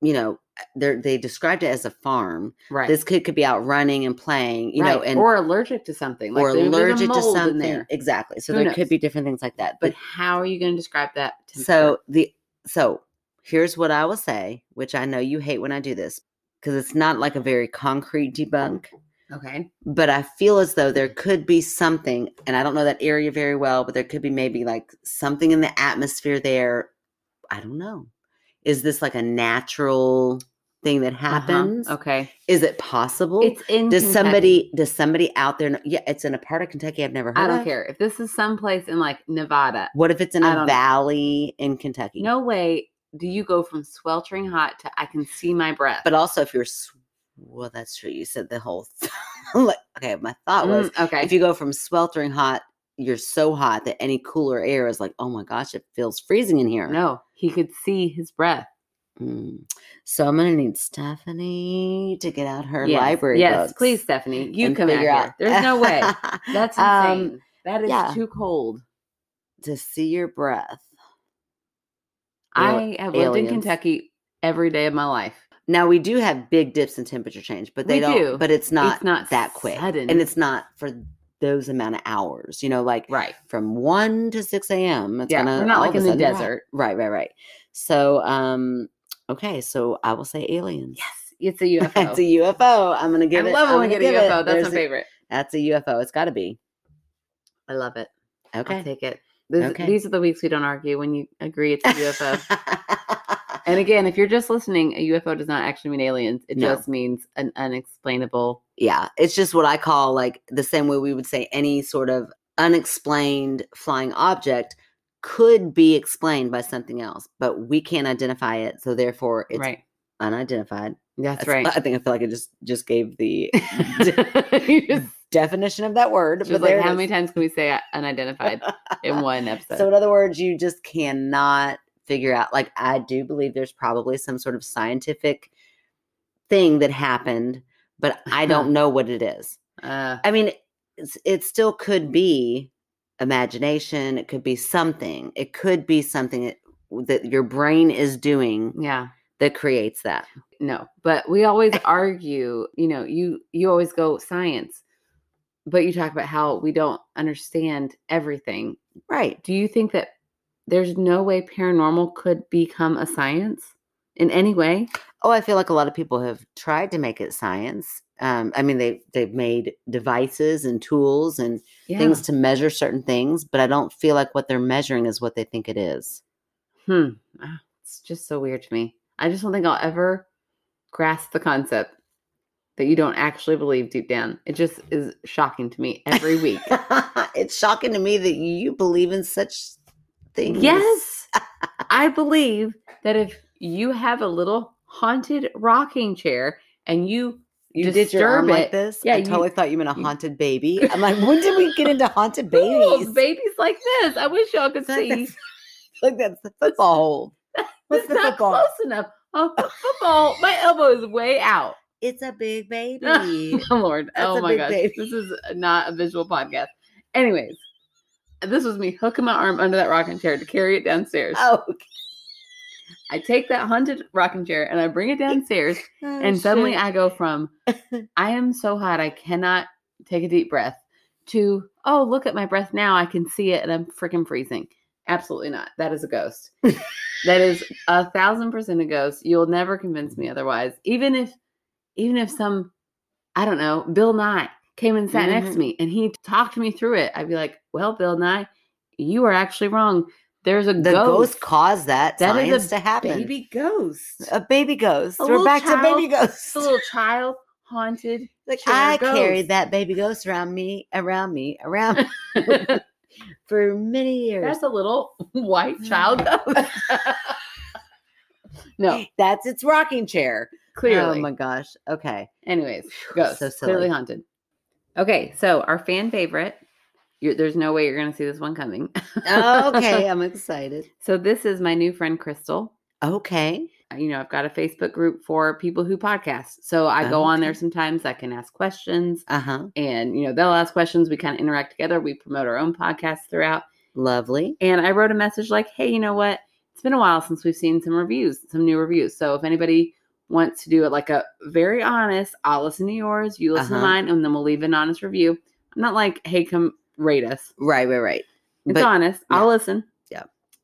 You know, they they described it as a farm.
Right.
This kid could be out running and playing. You know,
Right,
and
or allergic to something. Like
or
there- there's a
allergic to
mold in
something.
there.
Exactly. So
Who
there
knows?
could be different things like that.
But
But
how are you gonna describe that to
so the so here's what I will say, which I know you hate when I do this because it's not like a very concrete debunk,
Okay.
but I feel as though there could be something, and I don't know that area very well, but there could be maybe like something in the atmosphere there. I don't know. Is this like a natural thing that
Uh-huh,
happens?
Okay.
Is it possible?
It's in
does
Kentucky.
somebody does somebody out there? Know, yeah, it's in a part of Kentucky I've never heard.
I don't
of.
care. If this is someplace in like Nevada,
What if it's in
I
a
don't know.
valley in Kentucky?
no way do you go from sweltering hot to I can see my breath.
But also, if you're sw- well, that's true. You said the whole. th- like, okay, my thought was
Mm, okay.
if you go from sweltering hot, you're so hot that any cooler air is like, oh my gosh, it feels freezing in here.
no, he could see his breath.
Mm. So I'm gonna need Stephanie to get out her
Yes,
library.
Yes,
books
please, Stephanie. You
and
come out
figure
here. There's no way. That's
Um,
insane. that is
yeah.
too cold.
to see your breath.
I have lived in
aliens.
Kentucky every day of my life.
Now we do have big dips in temperature change, but they
We
don't.
do.
But it's not,
not
that quick,
sudden.
and it's not for those amount of hours. You know, like
Right.
from one to six a.m. It's
Yeah,
gonna,
we're not
all
like
of a
in the
sudden- right,
desert.
Right, right, right. So, um, okay, so I will say aliens.
Yes. It's a UFO.
That's a UFO. I'm gonna
I
give it.
love
I'm
when we
gonna
get a
give it-
UFO. That's
there's
my
a-
favorite.
That's a UFO. It's got to be.
I love it. I'll
Okay.
take it. This-
Okay.
These are the weeks we don't argue when you agree it's a UFO. and again, if you're just listening, a UFO does not actually mean aliens. It
No.
just means an unexplainable.
yeah, it's just what I call like the same way we would say any sort of unexplained flying object could be explained by something else, but we can't identify it, so therefore it's
right.
unidentified.
That's
That's-
right.
I think I feel like I just just gave the
You just-
definition of that word.
She was
there
like,
it
how
is."
many times can we say unidentified in one episode?
So in other words, you just cannot figure out like I do believe there's probably some sort of scientific thing that happened, but
Uh-huh.
I don't know what it is.
uh,
I mean, it's, it still could be imagination. It could be something. It could be something that, that your brain is doing
yeah.
that creates that.
No, but we always argue, you know, you you always go science, but you talk about how we don't understand everything.
Right.
Do you think that there's no way paranormal could become a science in any way?
Oh, I feel like a lot of people have tried to make it science. Um, I mean, they they've made devices and tools and
Yeah.
things to measure certain things, but I don't feel like what they're measuring is what they think it is.
Hmm. Ah, It's just so weird to me. I just don't think I'll ever grasp the concept that you don't actually believe deep down. It just is shocking to me every week.
it's shocking to me that you believe in such things.
yes. I believe that if you have a little haunted rocking chair and you
You did your arm
disturb
like
it.
this.
Yeah,
I
you-
totally thought you meant a
you-
haunted baby. I'm like, when did we get into haunted babies?
Ooh, babies like this. I wish y'all could see.
like that's the football hold. What's
It's
the
not
football?
close enough. Oh, football. My elbow is way out.
It's a big baby.
Oh, Lord.
That's
oh
a
my
big
gosh.
baby.
This is not a visual podcast. Anyways, this was me hooking my arm under that rocking chair to carry it downstairs.
oh,
I take that haunted rocking chair and I bring it downstairs. and suddenly I go from, I am so hot, I cannot take a deep breath, to, oh, look at my breath now. I can see it and I'm freaking freezing. Absolutely not. That is a ghost. that is a thousand percent a ghost. You'll never convince me otherwise. Even if, even if some, I don't know, Bill Nye came and sat next
Mhm.
to me and he talked me through it, I'd be like, well, Bill Nye, you are actually wrong. There's a
the ghost,
ghost,
caused that,
That is a
science to happen.
baby ghost.
A baby ghost.
A
We're
little
back to baby
It's
ghosts.
a little child haunted.
Like
chair
I
ghost.
carried that baby ghost around me, around me, around me
That's
for many years.
a little white child ghost.
Mm.
no,
That's its rocking chair.
clearly.
Oh my gosh. Okay.
Anyways,
Phew,
ghosts
so
clearly
silly.
haunted. Okay, so our fan favorite. You're, there's no way you're going to see this one coming.
okay, I'm excited.
So this is my new friend Crystal.
Okay.
Uh, You know, I've got a Facebook group for people who podcast. So I go on there
Okay.
sometimes. I can ask questions,
Uh-huh.
and you know they'll ask questions. We kind of interact together. We promote our own podcasts throughout.
Lovely.
And I wrote a message like, hey, you know what? It's been a while since we've seen some reviews, some new reviews. So if anybody wants to do it like a very honest, I'll listen to yours, you listen to
Uh-huh.
mine, and then we'll leave an honest review. I'm not like, hey, come rate us.
Right, right, right.
It's
But-
honest. I'll
yeah.
listen.
Yeah.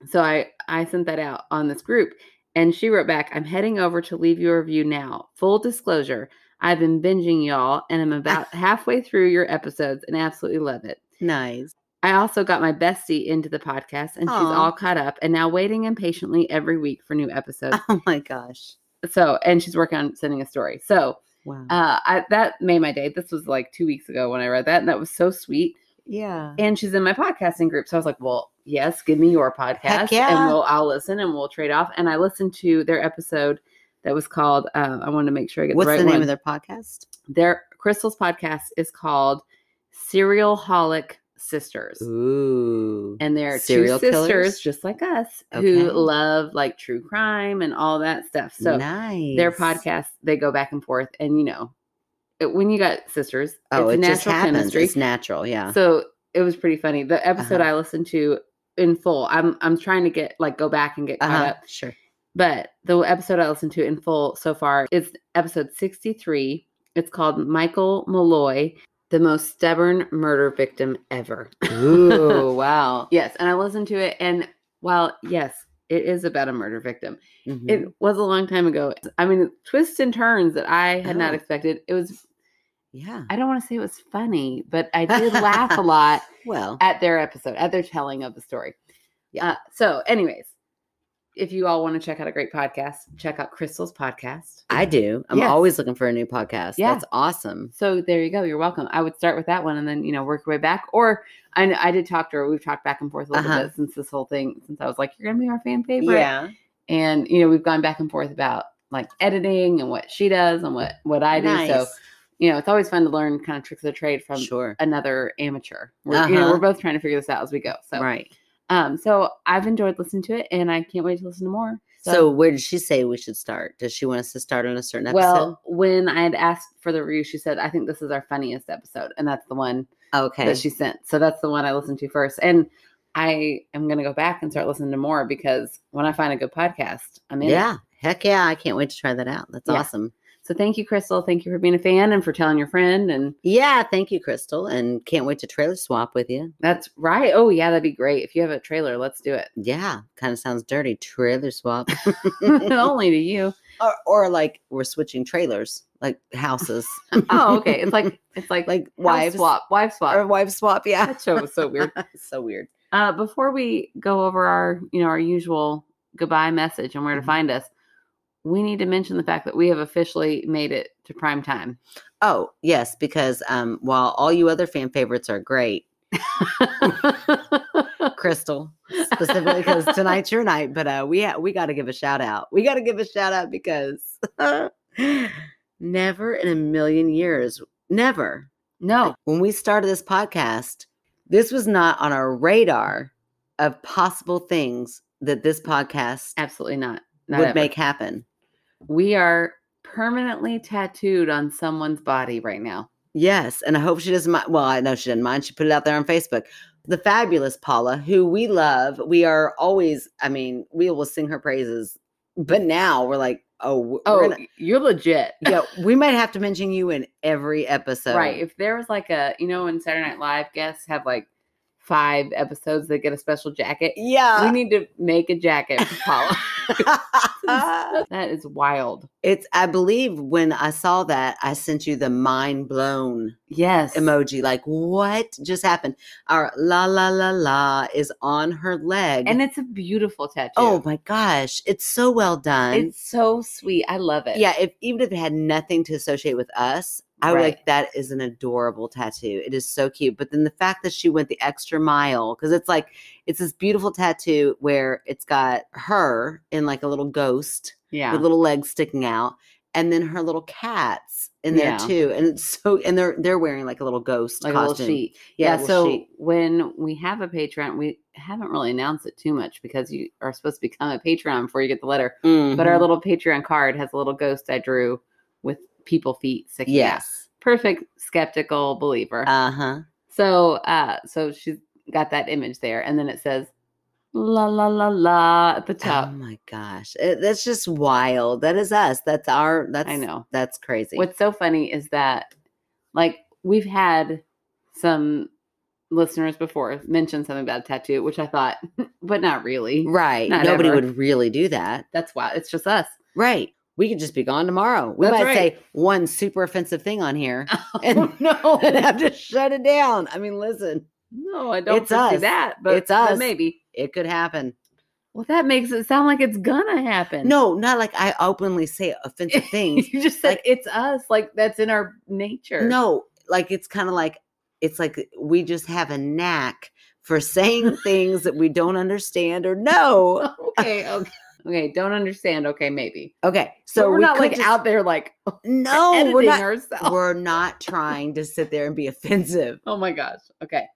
So I I sent that out on this group and she wrote back, I'm heading over to leave your review now. Full disclosure, I've been binging y'all and I'm about halfway through your episodes and absolutely love it.
Nice.
I also got my bestie into the podcast and she's
Aw.
all caught up and now waiting impatiently every week for new episodes.
Oh my gosh.
so, and she's working on sending a story. So,
Wow.
uh, I, that made my day. This was like two weeks ago when I read that and that was so sweet.
yeah.
And she's in my podcasting group. So I was like, well, yes, give me your podcast and
yeah.
we'll, I'll listen and we'll trade off. And I listened to their episode that was called, uh, I want to make sure I get
What's
the
the,
right
name
one.
of their podcast?
their Crystal's podcast is called Serial Holic Sisters
Ooh.
and they're
Serial
two sisters
killers?
just like us who
Okay.
love like true crime and all that stuff so
nice.
their podcast they go back and forth and you know it- when you got sisters
Oh,
it's
it
natural
just happens.
chemistry
It's natural, yeah.
so it was pretty funny the episode
Uh-huh.
i listened to in full i'm i'm trying to get like go back and get caught
uh-huh.
up
Sure.
but the episode i listened to in full so far is episode 63 it's called michael malloy the most stubborn murder victim ever
Ooh, wow.
Oh. Yes, and I listened to it, and while yes, it is about a murder victim,
Mhm.
it was a long time ago. I mean, twists and turns that I had not
Oh.
expected. It was
yeah.
I don't want to say it was funny, but I did laugh a lot
Well,
at their episode, at their telling of the story.
Yeah.
Uh, so, anyways, if you all want to check out a great podcast, check out Crystal's podcast.
I do. I'm
Yes.
always looking for a new podcast.
Yeah.
That's awesome.
So there you go. You're welcome. I would start with that one and then, you know, work your way back. Or I, kn- I did talk to her. We've talked back and forth a little
Uh-huh.
bit since this whole thing, since I was like, you're going to be our fan favorite.
Yeah.
and you know we've gone back and forth about like editing and what she does and what what I do. So you know it's always fun to learn kind of tricks of the trade from
sure.
another amateur. We're, You know
Uh-huh.
we're both trying to figure this out as we go. So
right.
um so I've enjoyed listening to it and I can't wait to listen to more.
So, where did she say we should start? Does she want us to start on a certain episode?
well, when I had asked for the review, she said I think this is our funniest episode, and that's the one
okay.
that she sent. So that's the one I listened to first and. I am going to go back and start listening to more because when I find a good podcast, I'm in. it.
yeah. heck yeah, I can't wait to try that out. That's
Yeah.
awesome.
So thank you, Crystal. Thank you for being a fan and for telling your friend. And
Yeah, thank you, Crystal, and can't wait to trailer swap with you.
that's right. Oh, yeah, that'd be great. If you have a trailer, let's do it.
Yeah, kind of sounds dirty, trailer swap.
Only to you.
or, or like we're switching trailers, like houses.
Oh, okay. It's like it's like,
like
house
wives
swap, wife swap.
or wife swap. Yeah,
that show was so weird.
it's so weird.
Uh, before we go over our, you know, our usual goodbye message and where
Mhm.
to find us, we need to mention the fact that we have officially made it to prime time.
Oh yes, because um, while all you other fan favorites are great, Crystal specifically because tonight's your night. But uh, we ha- we got to give a shout out. We got to give a shout out because never in a million years, never
no,
when we started this podcast, this was not on our radar of possible things that this podcast
absolutely not. not
would
ever.
make happen.
we are permanently tattooed on someone's body right now.
Yes, and I hope she doesn't mind. Well, I know she didn't mind. She put it out there on Facebook. The fabulous Paula, who we love, we are always. I mean, we will sing her praises, but now we're like, oh, w- we're
Oh,
gonna-
you're legit.
yeah, we might have to mention you in every episode,
Right. If there was like a, you know, in Saturday Night Live, guests have like five episodes that get a special jacket. we
Yeah.
need to make a jacket for Paula. that is wild.
it's. I believe when I saw that, I sent you the mind blown
Yes.
emoji. Like, what just happened? Our la la la la is on her leg.
and it's a beautiful tattoo.
oh my gosh, it's so well done.
it's so sweet. I love it.
yeah, if even if it had nothing to associate with us, I would
Right.
like that is an adorable tattoo. It is so cute. But then the fact that she went the extra mile because it's like it's this beautiful tattoo where it's got her in like a little ghost
Yeah.
with little legs sticking out, and then her little cats in there
Yeah.
too. And it's so and they're they're wearing like a little ghost
Like a little
costume.
sheet.
Yeah,
Yeah.
a little
so
sheet.
when we have a Patreon, we haven't really announced it too much because you are supposed to become a Patreon before you get the letter. But our
Mhm.
little Patreon card has a little ghost I drew with people feet sticking out.
yes,
Perfect skeptical believer.
uh huh.
So uh so she's got that image there and then it says la la la la at the
Oh
top.
my gosh, It- that's just wild. That is us. That's our. That's
I know.
That's crazy.
What's so funny is that like we've had some listeners before mention something about a tattoo, which I thought, but not really.
right?
Not
Nobody
ever.
would really do that.
That's why it's just us.
Right. We could just be gone tomorrow. We
That's
might
right.
say one super offensive thing on here
Oh,
and,
no.
and have to shut it down. I mean, listen,
No, I don't
It's
foresee
us.
that, but
It's
but
us.
maybe.
it could happen.
Well, that makes it sound like it's gonna happen.
No, not like I openly say offensive things.
you just said
Like-
it's us. Like that's in our nature.
No, like it's kind of like it's like we just have a knack for saying things that we don't understand or know.
okay, okay, okay. Don't understand. Okay, maybe.
Okay,
So
so
we're
we
not
could
like
just-
out there like
No,
editing
we're not.
ourselves.
We're not trying to sit there and be offensive.
oh my gosh. Okay.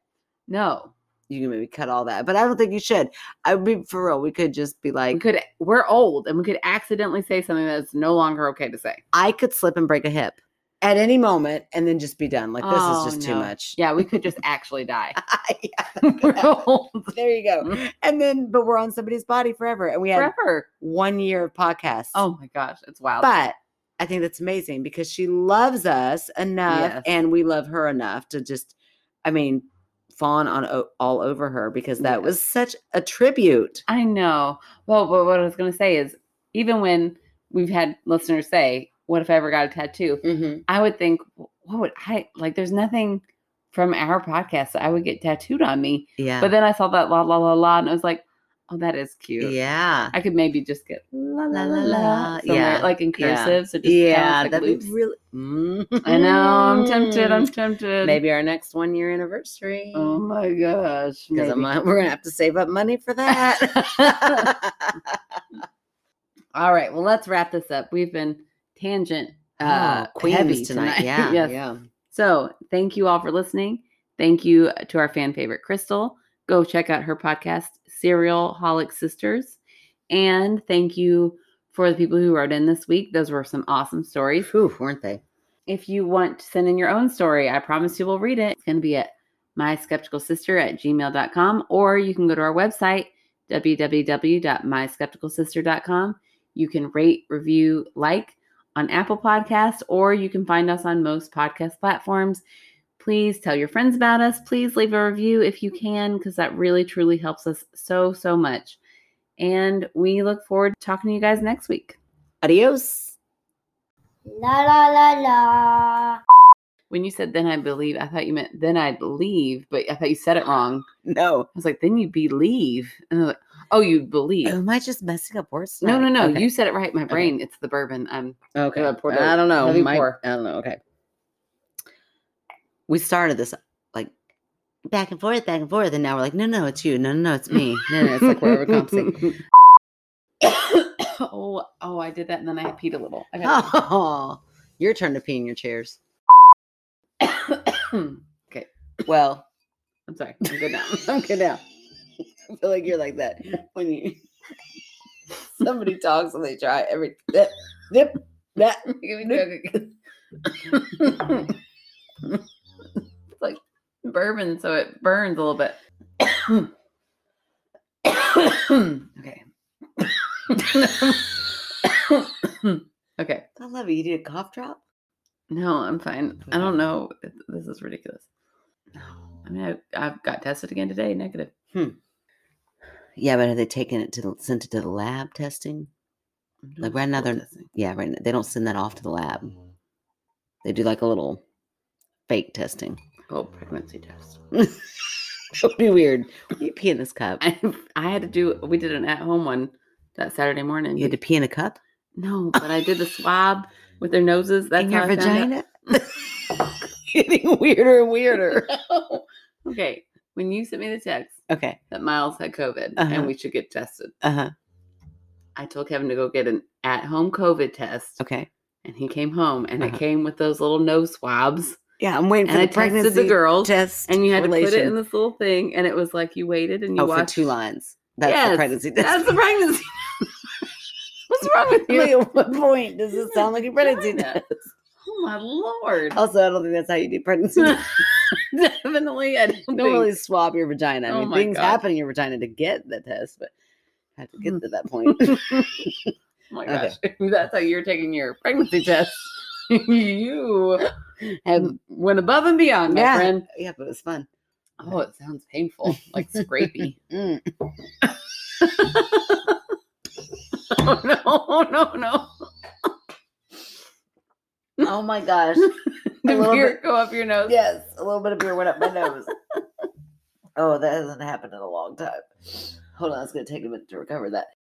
No,
You can maybe cut all that, but I don't think you should. I mean, for real, we could just be
we
like,
could. We're old, and we could accidentally say something that's no longer okay to say.
I could slip and break a hip at any moment, and then just be done. Like this
Oh,
is just too
no.
much.
Yeah, we could just actually die.
Yeah,
we're old
there you go.
Mm.
And then, but we're on somebody's body forever, and we had
forever.
one year of podcasts.
Oh my gosh, it's wild.
but I think that's amazing because she loves us enough
Yes.
and we love her enough to just, I mean, fawn on o- all over her because that was such a tribute.
I know. Well, but what I was going to say is, even when we've had listeners say, "What if I ever got a tattoo?" I would think, "What would I like?" There's nothing from our podcast that I would get tattooed on me.
Yeah.
But then I saw that la la la la, and I was like, "Oh, that is cute."
yeah.
I could maybe just get la la la la,
Yeah.
yeah, like in
Yeah.
cursive. So just
Yeah.
yeah, like
that'd
loops.
be really.
I know. I'm tempted. I'm
Mm.
tempted.
Mm-hmm. Maybe our next one year anniversary.
Oh my gosh.
Because
maybe.
we're gonna have to save up money for that.
All right. Well, let's wrap this up. We've been tangent uh, heavy tonight.
Yeah,
Yes.
yeah.
So thank you all for listening. Thank you to our fan favorite Crystal. Go check out her podcast, Serial Holic Sisters. And thank you for the people who wrote in this week. Those were some awesome stories.
Whew, weren't they?
If you want to send in your own story, I promise you we'll read it. It's going to be at myskepticalsister at gmail.com, or you can go to our website, www.myskepticalsister.com, You can rate, review, like on Apple Podcasts, or you can find us on most podcast platforms. Please tell your friends about us. Please leave a review if you can, because that really truly helps us so, so much. And we look forward to talking to you guys next week.
Adios.
La la la la.
When you said then I believe, I thought you meant then I'd leave, but I thought you said it wrong.
No.
I was like, then you believe. And I was like, oh, you believe.
Am I just messing up words?
no, no,
tonight?
no.
Okay.
You said it right. My brain, it's the bourbon. Um,
Okay.
Uh, pour
I
the
don't know.
heavy
Might-
pour.
I don't know. Okay. We started this like back and forth, back and forth, and now we're like, no, no, it's you. No, no, no, it's me. No, no, it's like we're overcompensating.
oh, oh, I did that and then I peed a little. I got
Oh, your turn to pee in your chairs. Well,
I'm sorry. I'm good now.
I'm good now. I feel like you're like that when you somebody talks and they try every that, dip that.
it's like bourbon, so it burns a little bit. okay. okay.
I love it. You did a cough drop.
No, I'm fine. I don't know. This is ridiculous. No. I mean, I, I've got tested again today, negative.
Yeah, but have they taken it to the, sent it to the lab testing?
I'm doing
Like right now,
stool
they're
testing.
yeah, right. now- They don't send that off to the lab.
Mm-hmm.
They do like a little fake testing.
Oh, pregnancy test.
That would be weird. Why do you pee in this cup?
I, I had to do, we did an at home one that Saturday morning.
You had to pee in a cup
No, but I did the swab with their noses. That's
in
how
your
I found out.
vagina. Getting weirder and weirder.
No. Okay. When you sent me the text
Okay.
that Miles had COVID
Uh-huh.
and we should get tested,
Uh huh.
I told Kevin to go get an at home COVID test.
Okay.
And he came home and
Uh-huh.
it came with those little nose swabs.
Yeah, I'm waiting for
And I
the
texted
pregnancy
the girls
test.
and you had to put it in
relation.
this little thing. And it was like you waited and you
oh,
watched
for two lines. That's the
Yes,
pregnancy test.
That's the pregnancy. What's wrong with
Like,
you?
at what point does
You're
this sound like a
a
pregnancy
vagina.
test?
Oh my lord.
Also, I don't think that's how you do pregnancy. tests.
Definitely. I don't
You
think-
don't really swab your vagina. I
Oh
mean,
my
things
God.
happen in your vagina to get the test, but I had to get
Mm.
to that point.
Oh my
Okay.
gosh. That's how you're taking your pregnancy test. you have went above and beyond, my
yeah,
friend.
yeah, but it was fun.
Oh, it sounds painful, like scrapey.
Mm.
oh no, oh no, no.
Oh my gosh!
The
little
beer
bit-
go up your nose.
yes, a little bit of beer went up my nose. oh, that hasn't happened in a long time. Hold on, it's gonna take a minute to recover that.